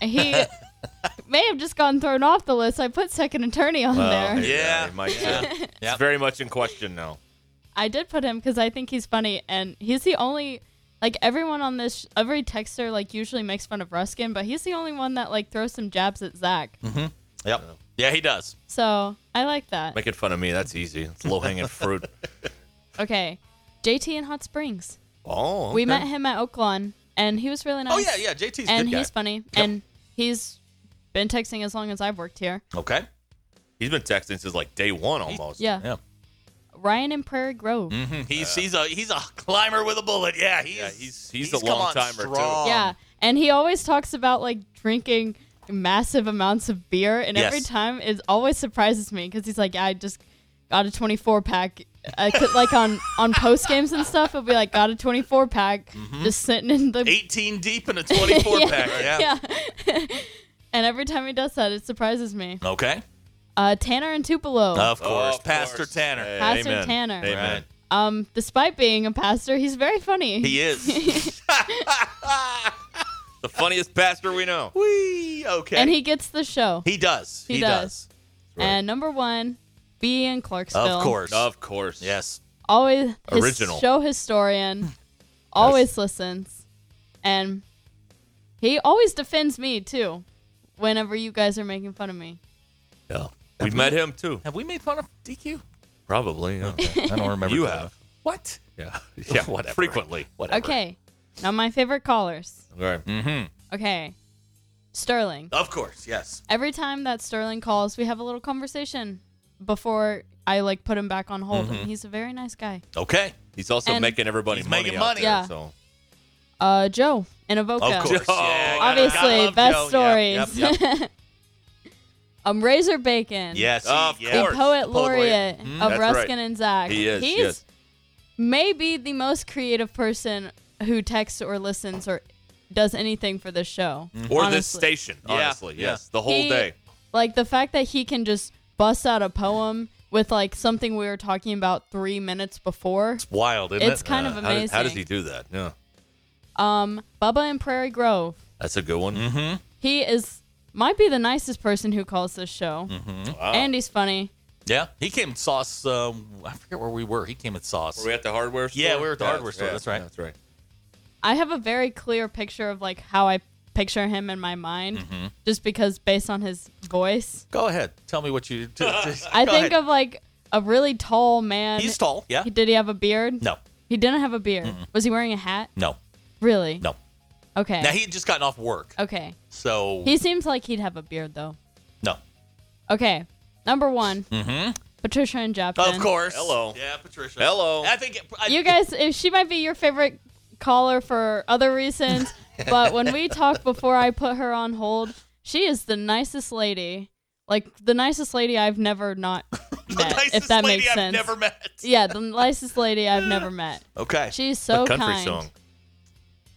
Speaker 4: he may have just gotten thrown off the list, I put second attorney on there.
Speaker 2: Yeah.
Speaker 1: Yeah, Mike.
Speaker 4: (laughs)
Speaker 1: uh,
Speaker 2: Yep.
Speaker 1: It's very much in question now.
Speaker 4: I did put him because I think he's funny, and he's the only like everyone on this sh- every texter like usually makes fun of Ruskin, but he's the only one that like throws some jabs at Zach.
Speaker 2: Yep. Mm-hmm. Yeah, he does.
Speaker 4: So I like that.
Speaker 1: Making fun of me, that's easy. It's low hanging
Speaker 2: (laughs)
Speaker 1: fruit.
Speaker 4: Okay, JT in Hot Springs.
Speaker 1: Oh,
Speaker 4: We
Speaker 1: okay.
Speaker 4: met him at Oaklawn, and he was really nice.
Speaker 2: Oh yeah, yeah. JT's a
Speaker 4: and
Speaker 2: good guy.
Speaker 4: he's funny, and he's been texting as long as I've worked here.
Speaker 2: okay.
Speaker 1: He's been texting since like day one almost.
Speaker 4: Yeah,
Speaker 2: Yeah.
Speaker 4: Ryan in Prairie Grove.
Speaker 2: Mhm. He's he's a he's a climber with a bullet. Yeah. He's
Speaker 1: Yeah, he's- he's a
Speaker 2: come
Speaker 1: long
Speaker 2: on
Speaker 1: timer, too.
Speaker 2: strong.
Speaker 4: Yeah, and he always talks about like drinking massive amounts of beer, and every
Speaker 2: Yes.
Speaker 4: time it always surprises me because he's like, I just got a 24 pack. I could, like on on post games and stuff, it'll
Speaker 2: Mm-hmm.
Speaker 4: be like got a 24 pack just sitting in the
Speaker 2: 18 deep in a 24 pack. Yeah.
Speaker 4: yeah. and every time he does that, it surprises me.
Speaker 2: Okay.
Speaker 4: Uh, Tanner and Tupelo.
Speaker 2: Of course.
Speaker 1: Of
Speaker 2: Pastor
Speaker 1: course.
Speaker 2: Tanner.
Speaker 1: Hey,
Speaker 4: Pastor
Speaker 1: amen.
Speaker 4: Tanner.
Speaker 1: Amen.
Speaker 2: Right.
Speaker 4: Um, despite being a pastor, he's very funny.
Speaker 2: He is.
Speaker 1: The funniest pastor we know.
Speaker 2: Whee! Okay.
Speaker 4: and he gets the show.
Speaker 2: He does.
Speaker 4: He
Speaker 2: He,
Speaker 4: does.
Speaker 2: does.
Speaker 4: And number one, B in Clarksville.
Speaker 2: Of course.
Speaker 1: Of course. (laughs)
Speaker 2: Yes.
Speaker 4: Always his
Speaker 1: Original.
Speaker 4: show historian. always listens. And he always defends me too. Whenever you guys are making fun of me.
Speaker 2: Yeah.
Speaker 1: We met him too.
Speaker 2: Have we made fun of DQ?
Speaker 1: Probably. Yeah.
Speaker 2: I don't remember.
Speaker 1: You
Speaker 2: doing
Speaker 1: have.
Speaker 2: (laughs) that. What?
Speaker 1: Yeah. (laughs) yeah
Speaker 2: Whatever.
Speaker 1: Frequently.
Speaker 2: Whatever.
Speaker 4: Okay. Now my favorite callers.
Speaker 1: Right.
Speaker 2: Mm.
Speaker 4: Okay. Sterling.
Speaker 2: Of course. Yes.
Speaker 4: Every time that Sterling calls, we have a little conversation before I like put him back on hold.
Speaker 2: Mm-hmm.
Speaker 4: And he's a very nice guy.
Speaker 2: Okay.
Speaker 1: He's also
Speaker 4: And-
Speaker 1: making everybody
Speaker 2: He's
Speaker 1: money.
Speaker 2: making
Speaker 1: out
Speaker 2: money.
Speaker 1: there,
Speaker 4: Yeah.
Speaker 1: So.
Speaker 4: Uh Joe in Avoca.
Speaker 2: Of course.
Speaker 1: Joe.
Speaker 2: Yeah, gotta-
Speaker 4: Obviously,
Speaker 2: gotta love
Speaker 4: best
Speaker 2: Joe. Yep,
Speaker 4: stories.
Speaker 2: yep, yep.
Speaker 4: Um, Razor Bacon.
Speaker 2: yes.
Speaker 1: Of
Speaker 2: yeah.
Speaker 4: The
Speaker 1: course.
Speaker 4: poet, laureate of
Speaker 1: Mm-hmm. that's
Speaker 4: Ruskin
Speaker 1: right.
Speaker 4: and Zach.
Speaker 1: He is.
Speaker 4: He's
Speaker 1: yes.
Speaker 4: maybe the most creative person who texts or listens or does anything for this show.
Speaker 1: Mm-hmm. Or this
Speaker 4: honestly.
Speaker 1: station.
Speaker 2: Yeah.
Speaker 1: Honestly.
Speaker 2: Yeah.
Speaker 1: Yes. The whole
Speaker 4: He-
Speaker 1: day.
Speaker 4: Like the fact that he can just bust out a poem with like something we were talking about three minutes before.
Speaker 2: Wild, isn't
Speaker 4: It's
Speaker 2: it? Uh,
Speaker 4: kind of
Speaker 1: How, does-
Speaker 4: amazing.
Speaker 1: how does he do that? Yeah.
Speaker 4: Um, Bubba in Prairie Grove.
Speaker 1: That's a good one.
Speaker 2: Mm-hmm.
Speaker 4: He is might be the nicest person who calls this show,
Speaker 1: Mm-hmm.
Speaker 4: and he's funny.
Speaker 2: yeah. He came and saw us. Um, I forget where we were. He came and saw us.
Speaker 1: Were we at the hardware store?
Speaker 2: Yeah, we were at the hardware store, that's right.
Speaker 1: That's right.
Speaker 4: I have a very clear picture of like how I picture him in my mind,
Speaker 2: Mm-hmm.
Speaker 4: just because based on his voice,
Speaker 2: Go ahead. Tell me what
Speaker 4: (laughs)
Speaker 2: you. do.
Speaker 4: I think of like a really tall man.
Speaker 2: He's tall. Yeah.
Speaker 4: He- Did he have a beard?
Speaker 2: No.
Speaker 4: He didn't have a beard. Was he wearing a hat?
Speaker 2: No.
Speaker 4: Really?
Speaker 2: No.
Speaker 4: Okay.
Speaker 2: Now he had just gotten off work,
Speaker 4: okay.
Speaker 2: so
Speaker 4: He seems like he'd have a beard though.
Speaker 2: no.
Speaker 4: Okay. Number one. Mm-hmm. Patricia and Japton.
Speaker 2: Of course.
Speaker 1: Hello.
Speaker 2: Yeah, Patricia.
Speaker 1: Hello.
Speaker 2: I think it, I, (laughs)
Speaker 4: You guys, if she might be your favorite caller for other reasons,
Speaker 2: (laughs)
Speaker 4: but when we talked before I put her on hold, she is the nicest lady. Like the nicest lady I've never
Speaker 2: (laughs)
Speaker 4: not met.
Speaker 2: nicest
Speaker 4: if that
Speaker 2: lady
Speaker 4: makes
Speaker 2: I've
Speaker 4: sense.
Speaker 2: never met.
Speaker 4: Yeah, the nicest lady I've never met.
Speaker 2: (laughs) Okay.
Speaker 4: She's so
Speaker 1: a country
Speaker 4: kind.
Speaker 1: song.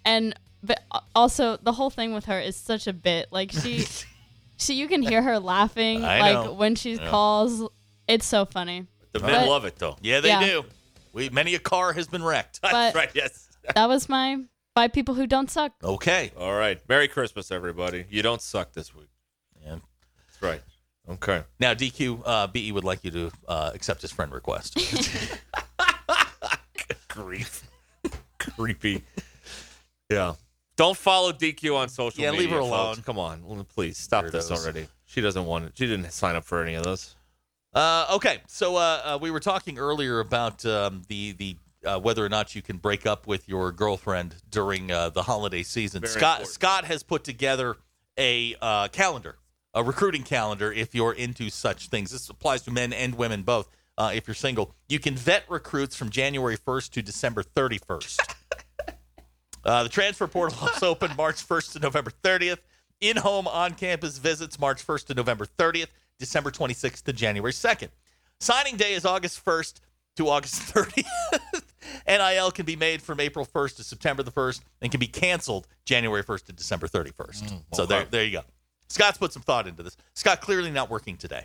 Speaker 4: and but uh, also the whole thing with her is such a bit like she
Speaker 2: (laughs)
Speaker 4: she you can hear her laughing
Speaker 2: I
Speaker 4: like
Speaker 2: know.
Speaker 4: when she calls it's so funny
Speaker 1: The men
Speaker 4: But-
Speaker 1: love it though.
Speaker 2: yeah, they
Speaker 4: Yeah.
Speaker 2: do. We many a car has been wrecked. (laughs)
Speaker 4: but
Speaker 1: Right. Yes.
Speaker 4: that was my five people who don't suck
Speaker 2: Okay.
Speaker 1: All right. Merry Christmas, everybody. You don't suck this week.
Speaker 2: Yeah.
Speaker 1: That's right. Okay.
Speaker 2: Now DQ uh, BE would like you to uh, accept his friend
Speaker 4: (laughs)
Speaker 2: request. (laughs)
Speaker 1: Grief. Creepy. Yeah. Don't follow DQ on social
Speaker 2: Yeah,
Speaker 1: media.
Speaker 2: leave her
Speaker 1: folks.
Speaker 2: alone.
Speaker 1: Come on. L- Please stop
Speaker 2: Weirdos.
Speaker 1: this already. She doesn't want it. She didn't sign up for any of those.
Speaker 2: Uh, okay, so uh, uh, we were talking earlier about um, the the uh, whether or not you can break up with your girlfriend during uh, the holiday season.
Speaker 1: Very
Speaker 2: Scott
Speaker 1: important.
Speaker 2: Scott has put together a uh, calendar, a recruiting calendar. If you're into such things, this applies to men and women both. Uh, if you're single, you can vet recruits from January 1st to December 31st. Uh, the transfer portal (laughs) is open March 1st to November 30th. In home on campus visits March 1st to November 30th, December 26th to January 2nd. Signing day is August 1st to August (laughs) 30th. NIL can be made from April 1st to September the 1st and can be canceled January 1st to December 31st.
Speaker 1: Mm,
Speaker 2: So there, there you go. Scott's put some thought into this. Scott clearly not working today.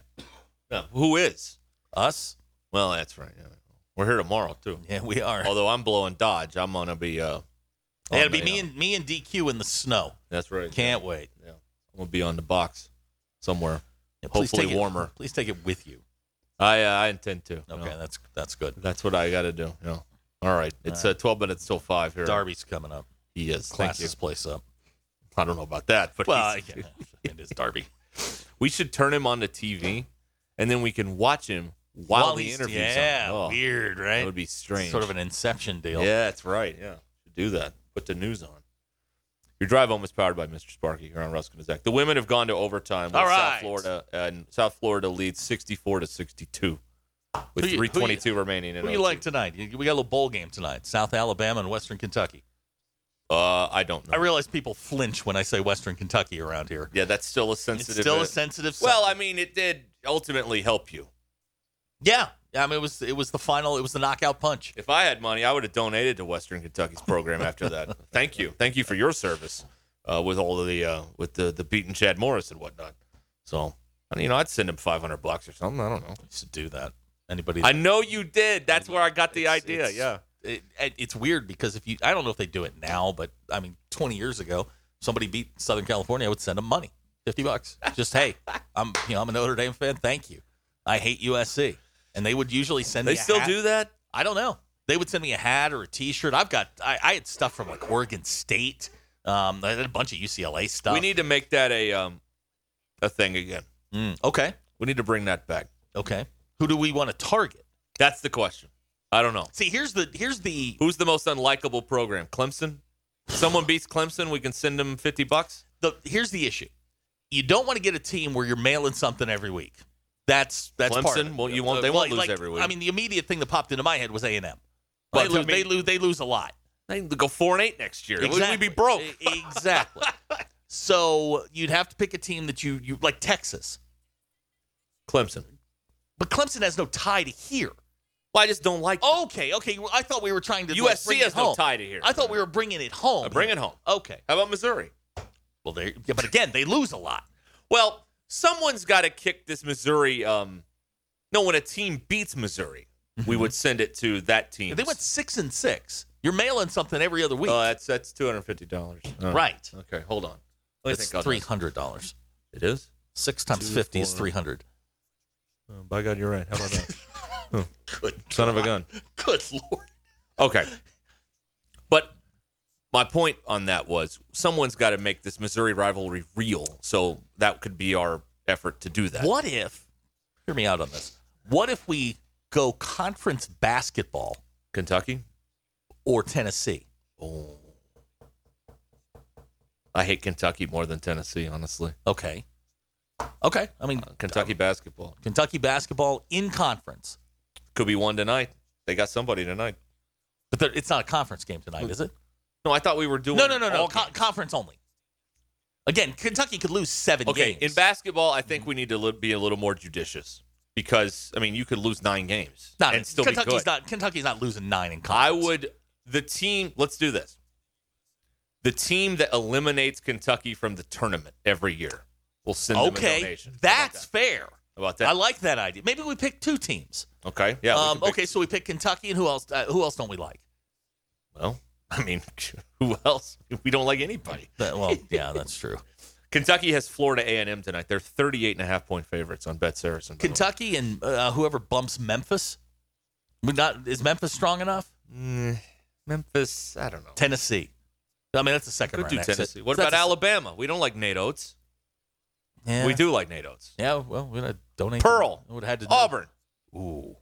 Speaker 1: Yeah. Who is?
Speaker 2: Us?
Speaker 1: Well, that's right. Yeah. We're here tomorrow too.
Speaker 2: Yeah, we are.
Speaker 1: Although I'm blowing Dodge, I'm gonna be. uh on
Speaker 2: It'll be
Speaker 1: the,
Speaker 2: me
Speaker 1: uh,
Speaker 2: and me and DQ in the snow.
Speaker 1: That's right.
Speaker 2: Can't wait.
Speaker 1: I'm gonna be on the box somewhere.
Speaker 2: Yeah, please
Speaker 1: Hopefully
Speaker 2: take it-
Speaker 1: warmer.
Speaker 2: please take it with you.
Speaker 1: I uh, I intend to.
Speaker 2: Okay,
Speaker 1: Yeah.
Speaker 2: that's that's good.
Speaker 1: That's what I got to do. Yeah. All right. It's uh, 12 minutes till 5 here.
Speaker 2: Darby's coming up.
Speaker 1: He is.
Speaker 2: Class
Speaker 1: Thank you.
Speaker 2: this place up.
Speaker 1: I don't know about that, but (laughs)
Speaker 2: Well,
Speaker 1: he's-
Speaker 2: yeah, it is Darby.
Speaker 1: we should turn him on the TV and then we can watch him while, he
Speaker 2: he's-
Speaker 1: interviews
Speaker 2: yeah,
Speaker 1: him. Oh,
Speaker 2: weird,
Speaker 1: That
Speaker 2: right?
Speaker 1: would be strange.
Speaker 2: Sort of an inception deal.
Speaker 1: Yeah, that's right. Yeah. Should do that. Put the news on. Your drive home is powered by Mr. Sparky here on Ruskin and Zach. The women have gone to overtime with
Speaker 2: All
Speaker 1: South
Speaker 2: right.
Speaker 1: Florida, and South Florida leads 64 to 62 with
Speaker 2: Who you- who you-
Speaker 1: 322 remaining. in
Speaker 2: Who do you
Speaker 1: OT.
Speaker 2: like tonight? You- We got a little bowl game tonight. South Alabama and Western Kentucky.
Speaker 1: Uh, I don't know.
Speaker 2: I realize people flinch when I say Western Kentucky around here.
Speaker 1: yeah, that's still a
Speaker 2: It's
Speaker 1: sensitive.
Speaker 2: still
Speaker 1: uh,
Speaker 2: a sensitive.
Speaker 1: Well, I
Speaker 2: subject.
Speaker 1: mean, it did ultimately help you.
Speaker 2: yeah, I mean, it was it was the final. It was the knockout punch. (laughs)
Speaker 1: If I had money, I would have donated to Western Kentucky's program after that. Thank you. Thank you for your service. uh, with all of the uh, with the the beaten Chad Morris and whatnot. So I mean, you know, I'd send him five hundred bucks or something. I don't know.
Speaker 2: used to do that. Anybody?
Speaker 1: I know you did. That's where I got the
Speaker 2: It's-
Speaker 1: idea.
Speaker 2: it's-
Speaker 1: yeah.
Speaker 2: it, it- it's weird because if you, I don't know if they do it now, but I mean, 20 years ago, somebody beat Southern California, I would send them money, 50 bucks. Just
Speaker 1: (laughs)
Speaker 2: hey, I'm you know I'm a Notre Dame fan. Thank you. I hate USC, and they would usually send.
Speaker 1: They
Speaker 2: me a
Speaker 1: still
Speaker 2: hat.
Speaker 1: do that.
Speaker 2: I don't know. They would send me a hat or a T-shirt. I've got I, I had stuff from like Oregon State. Um, I had a bunch of UCLA stuff.
Speaker 1: We need to make that a um a thing again.
Speaker 2: Mm, okay,
Speaker 1: We need to bring that back.
Speaker 2: okay. Who do we want to target?
Speaker 1: That's the question. I don't know.
Speaker 2: See, here's the here's the
Speaker 1: Who's the most unlikable program? Clemson. Someone beats Clemson, we can send them fifty bucks.
Speaker 2: the here's the issue. You don't want to get a team where you're mailing something every week. That's that's part of
Speaker 1: Clemson,
Speaker 2: it.
Speaker 1: well, you won't- they won't lose every week.
Speaker 2: I mean, the immediate thing that popped into my head was A and M.
Speaker 1: But
Speaker 2: They
Speaker 1: I
Speaker 2: lose, they
Speaker 1: mean-
Speaker 2: lose. They lose a lot.
Speaker 1: They can go four and eight next year. We'd
Speaker 2: Exactly.
Speaker 1: be broke.
Speaker 2: E- Exactly. so you'd have to pick a team that you you like Texas,
Speaker 1: (laughs) Clemson.
Speaker 2: but Clemson has no tie to here.
Speaker 1: Well, I just don't like them.
Speaker 2: Okay, okay. well, I thought we were trying to like,
Speaker 1: USC
Speaker 2: bring it
Speaker 1: has no
Speaker 2: home.
Speaker 1: tie to here.
Speaker 2: I thought we were bringing it home.
Speaker 1: Uh, bring it home.
Speaker 2: Okay.
Speaker 1: How about Missouri?
Speaker 2: Well, there. Yeah, but again, they lose a lot.
Speaker 1: Well, someone's got to kick this Missouri. Um, no, when a team beats Missouri, we would send it to that team.
Speaker 2: Mm-hmm. They went six and six. You're mailing something every other week.
Speaker 1: Oh, that's that's two hundred fifty dollars. Oh.
Speaker 2: right.
Speaker 1: Okay, hold on. Let me
Speaker 2: It's
Speaker 1: think on
Speaker 2: three
Speaker 1: this.
Speaker 2: hundred dollars.
Speaker 1: It is.
Speaker 2: Six times
Speaker 1: Two,
Speaker 2: fifty is
Speaker 1: four.
Speaker 2: three hundred.
Speaker 1: Oh, by God, you're right. How about
Speaker 2: (laughs)
Speaker 1: that? Oh. Son of a gun.
Speaker 2: Good lord.
Speaker 1: Okay. But my point on that was someone's got to make this Missouri rivalry real. So that could be our effort to do that.
Speaker 2: What if? Hear me out on this. What if we go conference basketball
Speaker 1: Kentucky?
Speaker 2: or Tennessee?
Speaker 1: Oh. I hate Kentucky more than Tennessee, honestly.
Speaker 2: Okay. Okay. I mean,
Speaker 1: Kentucky basketball
Speaker 2: Kentucky basketball in conference,
Speaker 1: could be one tonight. They got somebody tonight.
Speaker 2: but there- it's not a conference game tonight, is it?
Speaker 1: No, I thought we were doing
Speaker 2: No, no, no, no.
Speaker 1: all
Speaker 2: Con-
Speaker 1: games.
Speaker 2: conference only. Again, Kentucky could lose seven
Speaker 1: Okay,
Speaker 2: games. Mm-hmm.
Speaker 1: in basketball, I think we need to li- be a little more judicious because I mean, you could lose nine games
Speaker 2: not
Speaker 1: and still
Speaker 2: Kentucky's
Speaker 1: be good.
Speaker 2: not Kentucky's not losing nine in
Speaker 1: I
Speaker 2: conference.
Speaker 1: would the team. Let's do this. The team that eliminates Kentucky from the tournament every year will send them a
Speaker 2: Okay,
Speaker 1: donation. How about
Speaker 2: that's
Speaker 1: that?
Speaker 2: fair.
Speaker 1: How about that.
Speaker 2: I like that idea. Maybe we pick two teams.
Speaker 1: okay, yeah. we
Speaker 2: um,
Speaker 1: can pick-
Speaker 2: okay, so we pick Kentucky, and who else? Uh, who else don't we like?
Speaker 1: Well, I mean, (laughs) who else? We don't like anybody.
Speaker 2: That- well, yeah, that's true.
Speaker 1: Kentucky has Florida A and M tonight. They're 38 and a half point favorites on Bet Saracen. by the way.
Speaker 2: (laughs) Kentucky and uh, whoever bumps Memphis. We not is Memphis strong enough?
Speaker 1: Memphis. I don't know.
Speaker 2: Tennessee. I mean, that's the second
Speaker 1: Could
Speaker 2: round
Speaker 1: do
Speaker 2: exit.
Speaker 1: Tennessee. What
Speaker 2: That's
Speaker 1: about
Speaker 2: a-
Speaker 1: Alabama? We don't like Nate Oates.
Speaker 2: Yeah.
Speaker 1: We do like Nate Oates.
Speaker 2: Yeah. Well, we're gonna donate.
Speaker 1: Pearl.
Speaker 2: Would have had to do-
Speaker 1: Auburn.
Speaker 2: Ooh,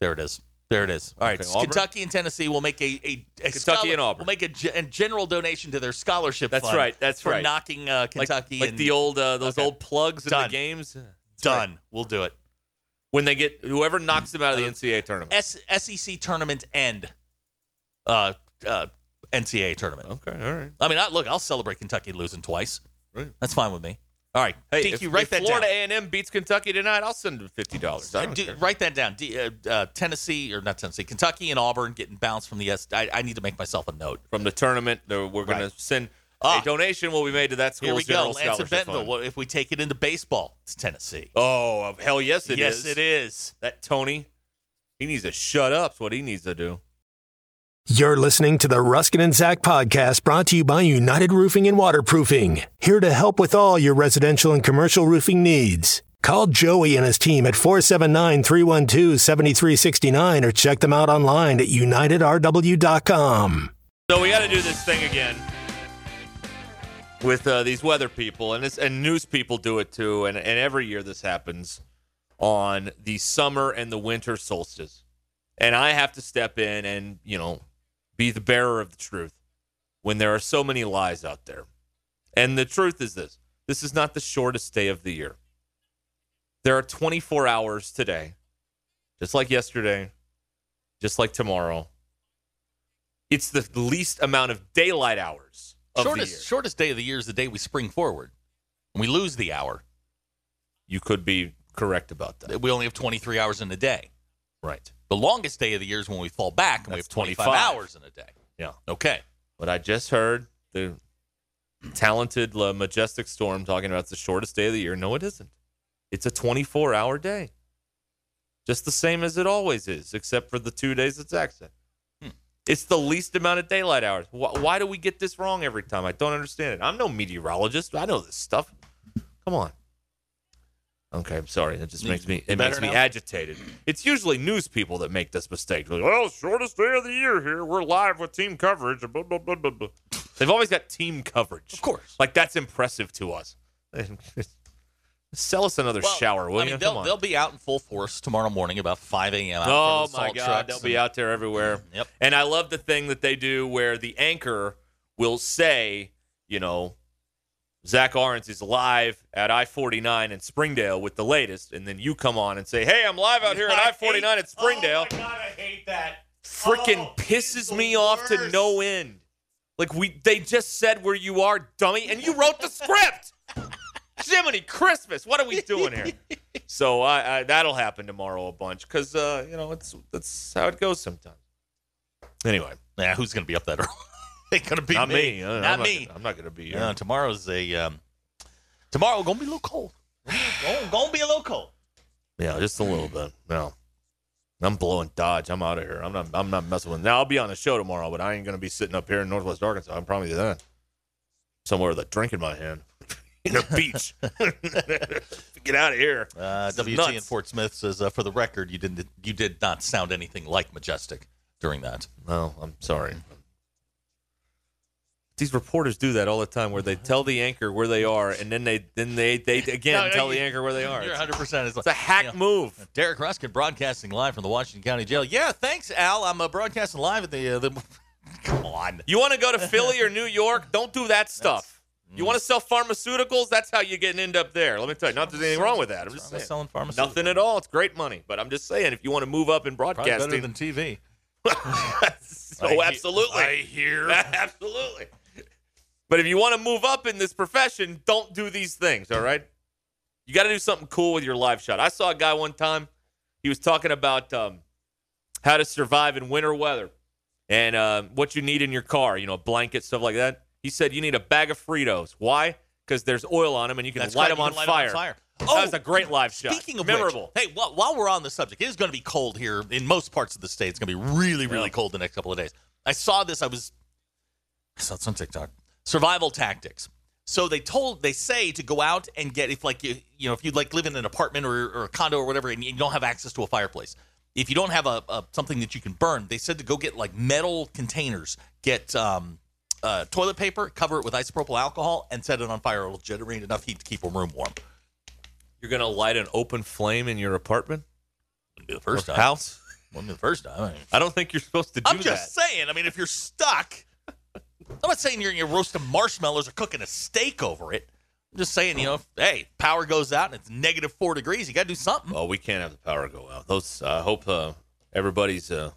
Speaker 2: there it is. There it is. All right,
Speaker 1: Okay, Auburn.
Speaker 2: Kentucky and Tennessee will make a, a, a
Speaker 1: Kentucky and Auburn.
Speaker 2: will make a, ge- a general donation to their scholarship.
Speaker 1: That's
Speaker 2: fund
Speaker 1: right, that's
Speaker 2: for
Speaker 1: right.
Speaker 2: knocking uh,
Speaker 1: Like,
Speaker 2: Kentucky
Speaker 1: like
Speaker 2: and
Speaker 1: the old uh, those
Speaker 2: Okay.
Speaker 1: old plugs in the
Speaker 2: Done.
Speaker 1: games.
Speaker 2: done. Uh, We'll do it.
Speaker 1: When they get whoever knocks them out of the NCAA tournament.
Speaker 2: S- SEC tournament and uh, uh, NCAA tournament.
Speaker 1: Okay, all right.
Speaker 2: I mean, I, look, I'll celebrate Kentucky losing twice.
Speaker 1: Right.
Speaker 2: That's fine with me. All right,
Speaker 1: Hey,
Speaker 2: DQ,
Speaker 1: if,
Speaker 2: write
Speaker 1: if
Speaker 2: that
Speaker 1: Florida
Speaker 2: down.
Speaker 1: A&M beats Kentucky tonight, I'll send them fifty dollars.
Speaker 2: Uh, D- write that down. D, uh, uh, Tennessee or not Tennessee, Kentucky and Auburn getting bounced from the S. I, I need to make myself a note.
Speaker 1: From the tournament, the- we're going
Speaker 2: Right.
Speaker 1: to send
Speaker 2: Ah.
Speaker 1: a donation will be made to that school's
Speaker 2: Here we go,
Speaker 1: general
Speaker 2: Lance and
Speaker 1: scholarship
Speaker 2: Bentonville.
Speaker 1: fund.
Speaker 2: What if we take it into baseball? It's Tennessee.
Speaker 1: Oh hell, yes it is.
Speaker 2: yes, it is.
Speaker 1: That Tony, he needs to shut up. Is what he needs to do.
Speaker 6: You're listening to the Ruskin and Zach podcast brought to you by United Roofing and Waterproofing, here to help with all your residential and commercial roofing needs. Call Joey and his team at 479 312 7369 or check them out online at unitedrw.com.
Speaker 1: So we got to do this thing again with uh, these weather people, and this, and news people do it too, and and every year this happens on the summer and the winter solstice, and I have to step in and you know be the bearer of the truth when there are so many lies out there, and the truth is this: this is not the shortest day of the year. There are 24 hours today, just like yesterday, just like tomorrow it's the least amount of daylight hours of
Speaker 2: Shortest
Speaker 1: the year.
Speaker 2: shortest day of the year is the day we spring forward, and we lose the hour.
Speaker 1: You could be correct about that.
Speaker 2: We only have 23 hours in a day.
Speaker 1: Right.
Speaker 2: The longest day of the year is when we fall back and we
Speaker 1: That's
Speaker 2: have 25,
Speaker 1: 25.
Speaker 2: hours in a day.
Speaker 1: Yeah.
Speaker 2: Okay.
Speaker 1: But I just heard the talented La Majestic Storm talking about it's the shortest day of the year. No, it isn't. It's a 24 hour day. Just the same as it always is, except for the two days it's accent.
Speaker 2: Hmm.
Speaker 1: It's the least amount of daylight hours. Why, why do we get this wrong every time? I don't understand it. I'm no meteorologist. I know this stuff. Come on. Okay, I'm sorry. That just makes me it
Speaker 2: better
Speaker 1: makes me
Speaker 2: now?
Speaker 1: agitated. It's usually news people that make this mistake. Like, well, shortest day of the year here. We're live with team coverage. Blah, blah, blah, blah, blah. They've always got team coverage.
Speaker 2: Of course.
Speaker 1: Like that's impressive to us. Sell us another
Speaker 2: Well,
Speaker 1: shower, will
Speaker 2: I mean,
Speaker 1: you? Come
Speaker 2: They'll,
Speaker 1: on.
Speaker 2: they'll be out in full force tomorrow morning about 5 a.m. out
Speaker 1: Oh
Speaker 2: there
Speaker 1: my
Speaker 2: with salt
Speaker 1: God,
Speaker 2: trucks
Speaker 1: they'll
Speaker 2: and- Mm,
Speaker 1: be out there everywhere.
Speaker 2: Yep.
Speaker 1: And I love the thing that they do where the anchor will say, you know, Zach Arons is live at I 49 in Springdale with the latest. And then you come on and say, hey, I'm live out here at I 49 at Springdale.
Speaker 5: Oh my God, I hate that.
Speaker 1: Freaking
Speaker 5: Oh, it's
Speaker 1: pisses
Speaker 5: the
Speaker 1: me off to
Speaker 5: worst.
Speaker 1: no end. Like, we they just said where you are, dummy, and you wrote the script. Jiminy Christmas, what are we doing here? so I, I that'll happen tomorrow a bunch because uh, you know it's that's how it goes sometimes. Anyway,
Speaker 2: Nah, who's going to be up that early? Ain't going to be
Speaker 1: not me,
Speaker 2: me.
Speaker 1: Uh,
Speaker 2: Not
Speaker 1: I'm
Speaker 2: me.
Speaker 1: Gonna, I'm not gonna be here.
Speaker 2: Yeah, Uh, tomorrow's a um, tomorrow gonna be a little cold. Gonna, gonna be a little cold.
Speaker 1: Yeah, just a little bit. No, I'm blowing Dodge. I'm out of here. I'm not. I'm not messing with. Now I'll be on a show tomorrow, but I ain't gonna be sitting up here in Northwest Arkansas. I'm probably that somewhere with a drink in my hand (laughs) in a
Speaker 2: (laughs)
Speaker 1: beach. Get out of here.
Speaker 2: Uh,
Speaker 1: This is
Speaker 2: WT in
Speaker 1: nuts.
Speaker 2: Fort Smith says, uh, for the record, you didn't you did not sound anything like majestic during that.
Speaker 1: No, I'm sorry. These reporters do that all the time, where they tell the anchor where they are, and then they then they they again
Speaker 2: (laughs) No, no,
Speaker 1: tell
Speaker 2: you-
Speaker 1: the anchor where they are.
Speaker 2: You're
Speaker 1: It's,
Speaker 2: 100. percent
Speaker 1: it's a hack move.
Speaker 2: Derek Ruskin broadcasting live from the Washington County Jail. Yeah, thanks, Al. I'm uh, broadcasting live at the uh, the. (laughs) Come on.
Speaker 1: You want to
Speaker 2: (laughs)
Speaker 1: go to Philly or New York? Don't do that stuff.
Speaker 2: mm.
Speaker 1: You want to sell pharmaceuticals? That's how you get and end up there. Let me tell you, not that there's anything wrong with that. I'm just
Speaker 2: I'm
Speaker 1: saying,
Speaker 2: selling pharmaceuticals.
Speaker 1: nothing at all. It's great money, but I'm just saying, if you want to move up in
Speaker 2: Probably better
Speaker 1: broadcasting,
Speaker 2: than TV. (laughs)
Speaker 1: oh, absolutely, I hear, (laughs) absolutely. But if you want to move up in this profession, don't do these things. All right, you got to do something cool with your live shot. I saw a guy one time. He was talking about um, how to survive in winter weather and uh, what you need in your car. You know, blankets, stuff like that. He said you need a bag of Fritos. Why? Because there's oil on them, and you can
Speaker 2: That's
Speaker 1: light
Speaker 2: right,
Speaker 1: them
Speaker 2: you
Speaker 1: on,
Speaker 2: can light 'em
Speaker 1: fire.
Speaker 2: on fire. Oh,
Speaker 1: that was a great live shot.
Speaker 2: Speaking of
Speaker 1: memorable.
Speaker 2: which, hey, while, while we're on the subject, it is going to be cold here in most parts of the state. It's going to be really, really
Speaker 1: Yeah.
Speaker 2: cold the next couple of days. I saw this. I was I saw this on TikTok. Survival tactics. So they told they say to go out and get if like you you know if you like live in an apartment or, or a condo or whatever and you don't have access to a fireplace. If you don't have a, a something that you can burn, they said to go get like metal containers, get um, uh, toilet paper, cover it with isopropyl alcohol, and set it on fire. It'll generate enough heat to keep a room warm.
Speaker 1: You're gonna light an open flame in your apartment
Speaker 2: Wouldn't be the
Speaker 1: or
Speaker 2: first time.
Speaker 1: house.
Speaker 2: Wouldn't be the first time. I mean,
Speaker 1: I don't think you're supposed to do
Speaker 2: I'm
Speaker 1: that.
Speaker 2: just saying. I mean, if you're stuck, I'm not saying you're going to roast some marshmallows or cooking a steak over it. I'm just saying, you know, if, hey, power goes out and it's negative four degrees. You got to do something.
Speaker 1: Well, we can't have the power go out. Those I hope uh, everybody's uh,